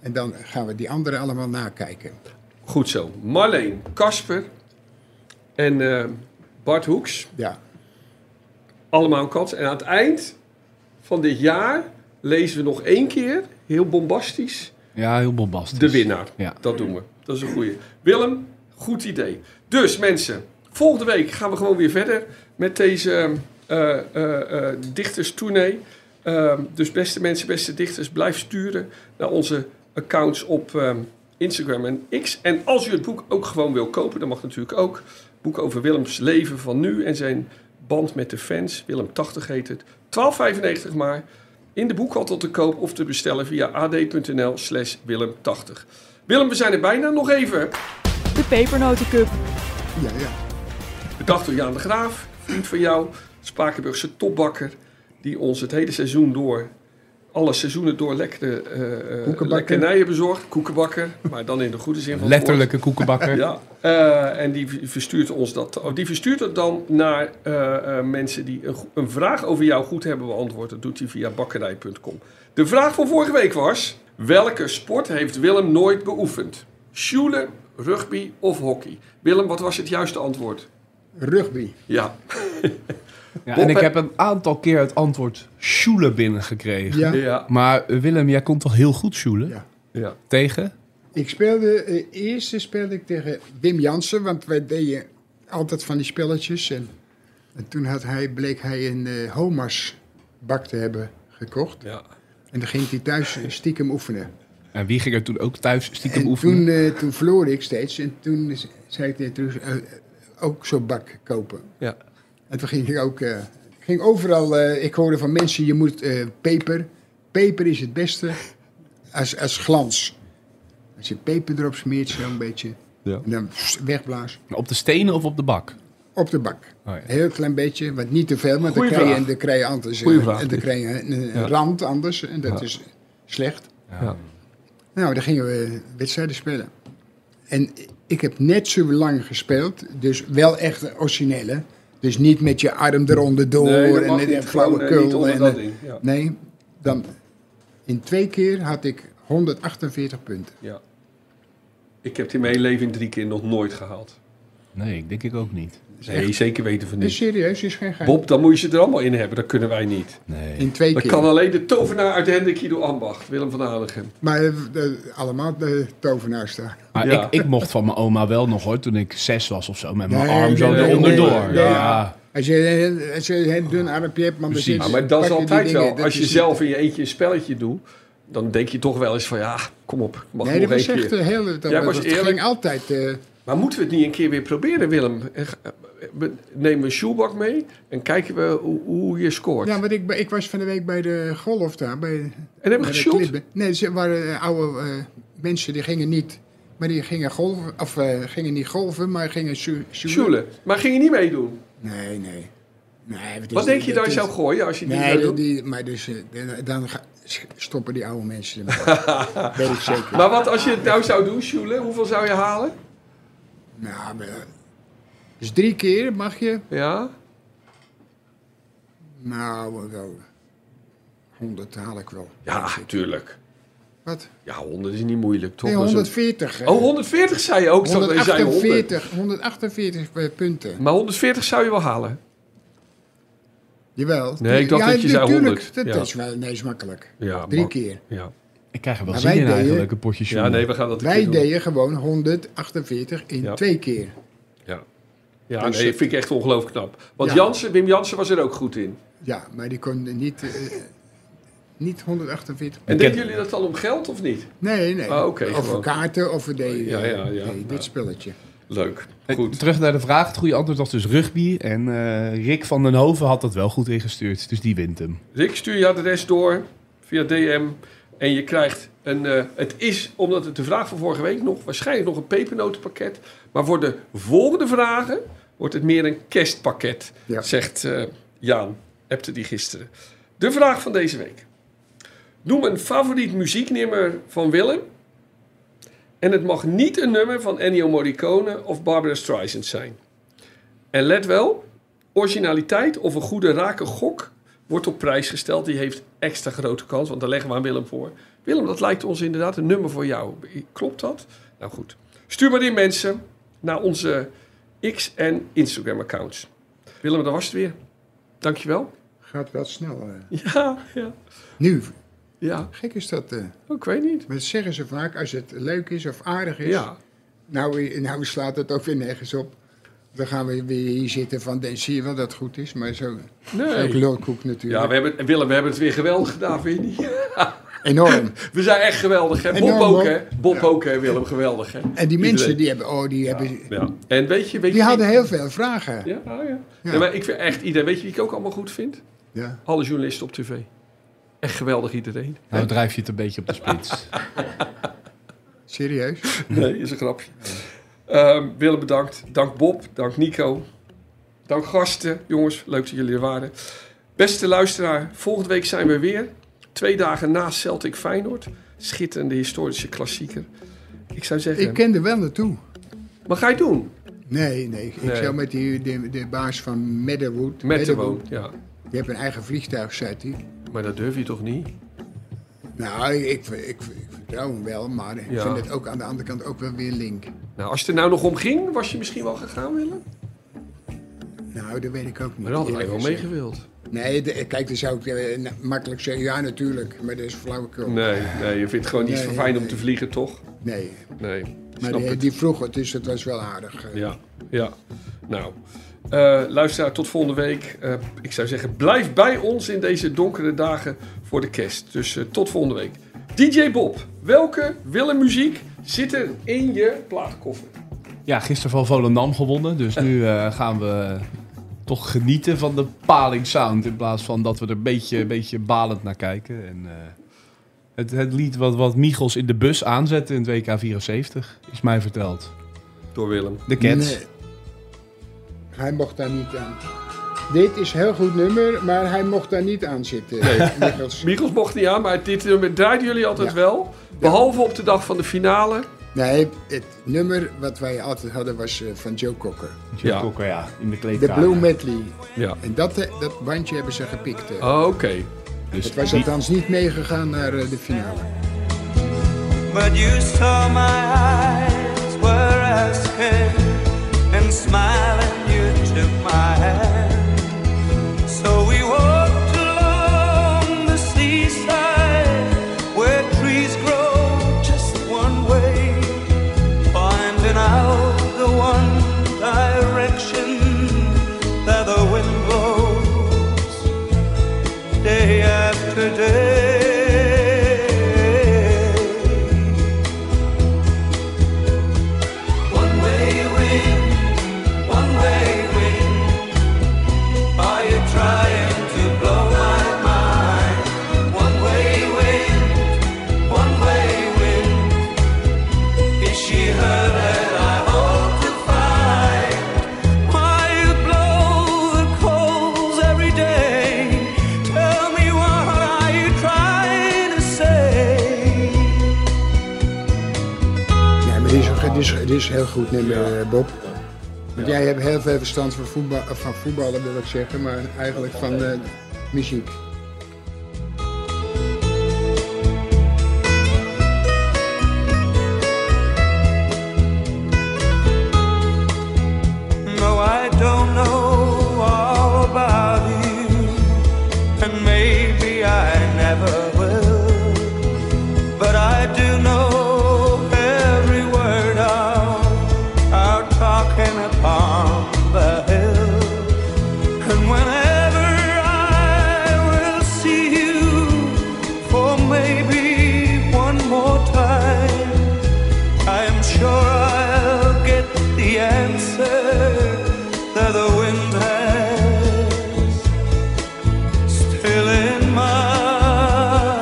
En dan gaan we die andere allemaal nakijken.
goed zo. Marleen, Casper en eh, Bart Hoeks...
Ja,
allemaal een kans. En aan het eind van dit jaar lezen we nog één keer, heel bombastisch,
Ja, heel bombastisch.
de winnaar.
Ja.
Dat doen we. Dat is een goeie. Willem, goed idee. Dus mensen, volgende week gaan we gewoon weer verder met deze eh eh eh dichterstournee. Ehm, dus beste mensen, beste dichters, blijf sturen naar onze accounts op ehm, Instagram en X. En als u het boek ook gewoon wil kopen, dan mag natuurlijk ook. Boek over Willems leven van nu en zijn band met de fans. Willem 80 heet het. 12,95 maar. In de boekhandel te koop of te bestellen via ad.nl slash Willem80. Willem, we zijn er bijna. Nog even.
De Pepernotencup.
ja, ja.
Bedacht door Jaan de Graaf, vriend van jou, Spakenburgse topbakker, die ons het hele seizoen door, alle seizoenen door lekkere eh, eh
Koekenbakker.
lekkernijen bezorgt. Koekenbakker, maar dan in de goede zin van het woord.
Letterlijke koekenbakker.
Ja, eh, en die v- verstuurt ons dat. oh, Die verstuurt het dan naar eh, eh, mensen die een, go- een vraag over jou goed hebben beantwoord. Dat doet hij via bakkerij.com. De vraag van vorige week was: welke sport heeft Willem nooit beoefend? Schuilen, rugby of hockey? Willem, wat was het juiste antwoord?
Rugby.
Ja,
Ja,
Bob,
en ik
hè?
heb een aantal keer het antwoord Sjoele binnengekregen.
Ja.
ja,
Maar eh, Willem, jij komt toch heel goed Sjoele?
Ja.
ja.
Tegen?
Ik speelde, eh eerst speelde ik tegen Wim Jansen, want wij deden altijd van die spelletjes. En, en toen had hij, bleek hij een eh Homas bak te hebben gekocht.
ja.
En dan ging hij thuis eh, stiekem oefenen.
En wie ging er toen ook thuis stiekem
En
oefenen?
toen, eh, toen verloor ik steeds. En toen z- zei ik tegen Truus, eh, eh, ook zo'n bak kopen.
Ja.
En toen ging ik ook... eh, ging overal... eh, ik hoorde van mensen, je moet eh, peper. Peper is het beste als, als glans. Als je peper erop smeert, zo'n beetje.
Ja.
En dan pss, wegblaas.
Op de stenen of op de bak?
Op de bak.
Oh, ja.
Een heel klein beetje, want niet te veel. Want dan
Goeie
krijg, je,
vraag.
dan krijg je anders... eh,
Goeie vraag,
en dan
dit.
krijg je een, een
Ja.
rand anders. En dat
Ja.
is slecht.
Ja.
Nou, dan gingen we wedstrijden spelen. En ik heb net zo lang gespeeld, dus wel echt een originele. Dus niet met je arm eronder door
Nee, dat mag
en
niet.
een flauwekul.
Gewoon, eh, niet onder
en,
dat
eh,
ding. Ja.
Nee, dan in twee keer had ik 148 punten.
ja. Ik heb het in mijn hele leven in drie keer nog nooit gehaald.
Nee, ik denk ik ook niet.
Nee, zeker weten van
Dus
niet.
serieus, is geen geheim.
Bob, dan moet je ze er allemaal in hebben. Dat kunnen wij niet.
Nee.
In twee
Dat
keer.
kan alleen de tovenaar uit Hendekido Ambacht, Willem van Hanegem.
Maar eh, de- allemaal de tovenaars daar.
Maar
Ja.
ik, ik mocht van mijn oma wel nog hoor, toen ik zes was of zo, met mijn
Nee,
arm zo
nee, nee,
onderdoor.
nee, nee.
ja.
Als je, als je een heel dun armpje hebt, man, dan
Precies.
zit-
Ja, Ah, Nou, maar dat is
pak je die
altijd
dingen,
wel.
dat
Als je
is-
zelf in je eentje een spelletje doet, dan denk je toch wel eens van ja, kom op, ik mag
Nee, dat
nog
was
één
echt
keer.
eh, heel... Dat,
Jij was
dat
eerlijk.
ging altijd... eh,
Maar moeten we het niet een keer weer proberen, Willem? Eh, ga- eh, we Nemen een shoebak mee en kijken we hoe, hoe je scoort.
Ja, want ik, ben- ik was van de week bij de golf daar. Bij,
en
bij
hebben
de
we geshoot?
Klitbe- Nee, ze waren eh, oude eh, mensen die gingen niet. Maar die gingen golven, of eh, gingen niet golven, maar gingen sjo- sjoelen.
Sjoelen. Maar ging je niet meedoen?
Nee, nee. Nee, het
Wat
is-
denk je
het
dat
is-
je zou gooien als je die
Nee,
zou
die,
doen?
die- maar dus, eh, dan- dan ga- s- stoppen die oude mensen ermee. Weet ik zeker.
Maar wat als je het nou zou doen, Sjoele? Hoeveel zou je halen?
Nou, maar- dus drie keer mag je?
Ja?
Nou, wel. Honderd haal ik wel.
Ja, tuurlijk.
Wat?
Ja, 100 is niet moeilijk, toch?
Nee,
Dat is een-
140. eh,
Oh, 140 zei je ook. Ik dacht dat je zei 100.
148, 148 bij punten.
Maar 140 zou je wel halen.
Jawel.
Nee, ik dacht dat je zei
natuurlijk,
100.
Dat
Ja.
is wel nee, is makkelijk.
Ja,
Drie
man.
keer.
Ja.
Ik krijg er wel
Maar
zin
wij
in
deden-
eigenlijk, een potje
ja,
Sjoerd.
nee, we gaan dat een
Wij
keer doen.
deden gewoon 148 in
Ja.
twee keer.
Ja, ja
Dus,
nee,
eh,
vind ik echt ongelooflijk knap. Want
Ja.
Jansen, Wim Jansen was er ook goed in.
Ja, maar die kon niet, eh, niet 148.
En
Ik
denken
ken-
jullie dat dan om geld of niet?
Nee, nee.
Ah, oké,
of
gewoon.
we kaarten of we deden
Ja, ja, ja.
nee, dit spelletje.
Leuk.
En
Goed.
Eh, Terug naar de vraag. Het goede antwoord was dus rugby. En eh, Rick van den Hoven had dat wel goed ingestuurd. Dus die wint hem.
Rick, stuur je adres door via DM. En je krijgt een. eh, het is, omdat het de vraag van vorige week nog, waarschijnlijk nog een pepernotenpakket. Maar voor de volgende vragen wordt het meer een kerstpakket,
Ja.
zegt eh, Jaan. Appte die gisteren. De vraag van deze week: Noem een favoriet muzieknummer van Willem. En het mag niet een nummer van Ennio Morricone of Barbara Streisand zijn. En let wel, originaliteit of een goede rake gok wordt op prijs gesteld. Die heeft extra grote kans, want daar leggen we aan Willem voor. Willem, dat lijkt ons inderdaad een nummer voor jou. Klopt dat? Nou goed. Stuur maar in mensen naar onze X- en Instagram-accounts. Willem, dat was het weer. Dankjewel.
Gaat wel snel. eh.
Ja, ja,
Nu,
ja.
gek is dat. eh.
Oh, Ik weet niet.
maar dat zeggen ze vaak als het leuk is of aardig is.
Ja,
Nou, nou slaat het ook weer nergens op. Dan gaan we weer hier zitten van, dan zie je wel dat het goed is. Maar zo, ook
nee.
lulkoek
Ja,
natuurlijk.
we hebben, Willem, we hebben het weer geweldig gedaan, vind je niet?
Enorm.
We zijn echt geweldig, hè? Bob
Enorm,
ook,
hoor.
hè? Bob ook, hè, Willem? Geweldig, hè?
En die
Iedereen.
mensen die hebben, oh, die, hebben,
Ja. En weet je... Weet
die
je
hadden heel veel vragen.
Ja, ah, ja.
Ja.
Nee, maar ik vind echt iedereen... Weet je wie ik ook allemaal goed vind?
Ja.
Alle journalisten op tv. Echt geweldig iedereen.
Nou drijf je het een beetje op de spits.
Serieus?
Nee, is een grapje. Ehm, Willem bedankt. Dank Bob. Dank Nico. Dank gasten. Jongens, leuk dat jullie er waren. Beste luisteraar, volgende week zijn we weer. Twee dagen na Celtic Feyenoord. Schitterende historische klassieker. Ik zou zeggen,
Ik eh, kende wel naartoe.
wat ga je doen?
Nee, nee. Ik
Nee.
zou met die, de, de baas van Meadowood.
Met de woon, ja.
Die heeft een eigen vliegtuig, zei hij.
Maar dat durf je toch niet?
Nou, ik, ik, ik vertrouw hem wel, maar ik
Ja.
vind het ook aan de andere kant ook wel weer link.
Nou, als het er nou nog om ging, was je misschien wel gegaan, Willem?
Nou, dat weet ik ook niet.
Maar dan hadden wij
eerlijk
wel
gezegd.
meegewild.
Nee, de- kijk, dan zou ik eh, na- makkelijk zeggen, ja natuurlijk, maar dat is flauwekul. Nee,
Nee, nee, je vindt gewoon niet
Nee,
verfijnd om
nee.
te vliegen, toch? Nee,
maar
snap
die,
het.
die vroeg het, dus dat was wel aardig. eh.
Ja, ja. Nou, eh, luisteraar, tot volgende week. Eh, ik zou zeggen, blijf bij ons in deze donkere dagen voor de kerst. Dus eh, tot volgende week. DJ Bob, welke Willem muziek zit er in je platenkoffer?
Ja, gisteren van Volendam gewonnen. Dus nu eh, gaan we toch genieten van de paling sound. In plaats van dat we er een beetje, een beetje balend naar kijken. En, eh, het, het lied wat, wat Michels in de bus aanzette in het WK 74 is mij verteld.
Door Willem.
De Cats.
Nee. Hij mocht daar niet aan. Dit is een heel goed nummer, maar hij mocht daar niet aan zitten. eh, Michels.
Michels mocht niet aan, maar dit nummer draaiden jullie altijd
Ja.
wel. Behalve op de dag van de finale.
Nee, het nummer wat wij altijd hadden was eh, van Joe Cocker.
Joe
Ja.
Cocker, ja, in de
De
kleedkamer.
Blue Medley.
Ja.
En dat, eh, dat bandje hebben ze gepikt. eh.
Oké.
Dus
Het was
die-
althans niet meegegaan naar eh, de finale.
But you saw my eyes were asking and smiling, you took my hand. So we walked along the seaside where trees grow just one way, finding out the one direction that the wind blows day after day. One way wind, one way wind. Are you trying to blow my mind? One way wind, one way wind. Is she her that I hope to find? Why you blow the coals
dit is, dit is heel goed nummer, eh, Bob. Want jij hebt heel veel verstand van, voetbal, eh, van voetballen, wil ik zeggen, maar eigenlijk van eh, muziek.
No, I don't know all about you, and maybe I never will. But I do know every word of our talking upon the hill. And whenever I will see you, for maybe one more time. I am sure I'll get the answer that the wind has still in mind.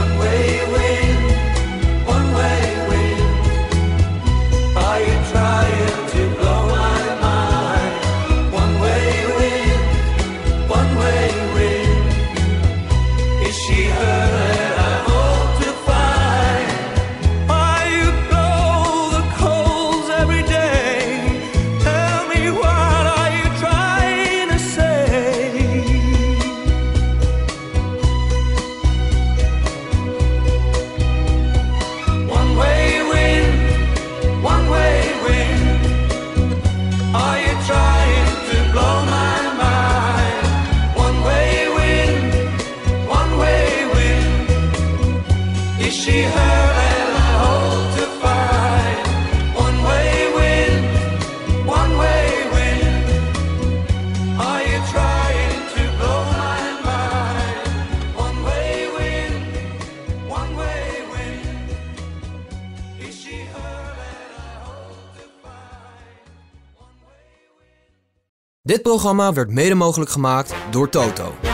One way wind, one way wind. Are you trying to blow my mind? One way wind, one way wind. Is she her that I hope to find? Why you blow the coals every day? Tell me what are you trying to say? One way wind, one way wind. Are you trying to blow my mind? One way wind. One way wind. Is she her that I hope to find? One way wind, one way wind. Are you trying to blow my mind? One way wind, one way wind. Is she her that I hope to find? One way wind.
Dit programma werd mede mogelijk gemaakt door Toto.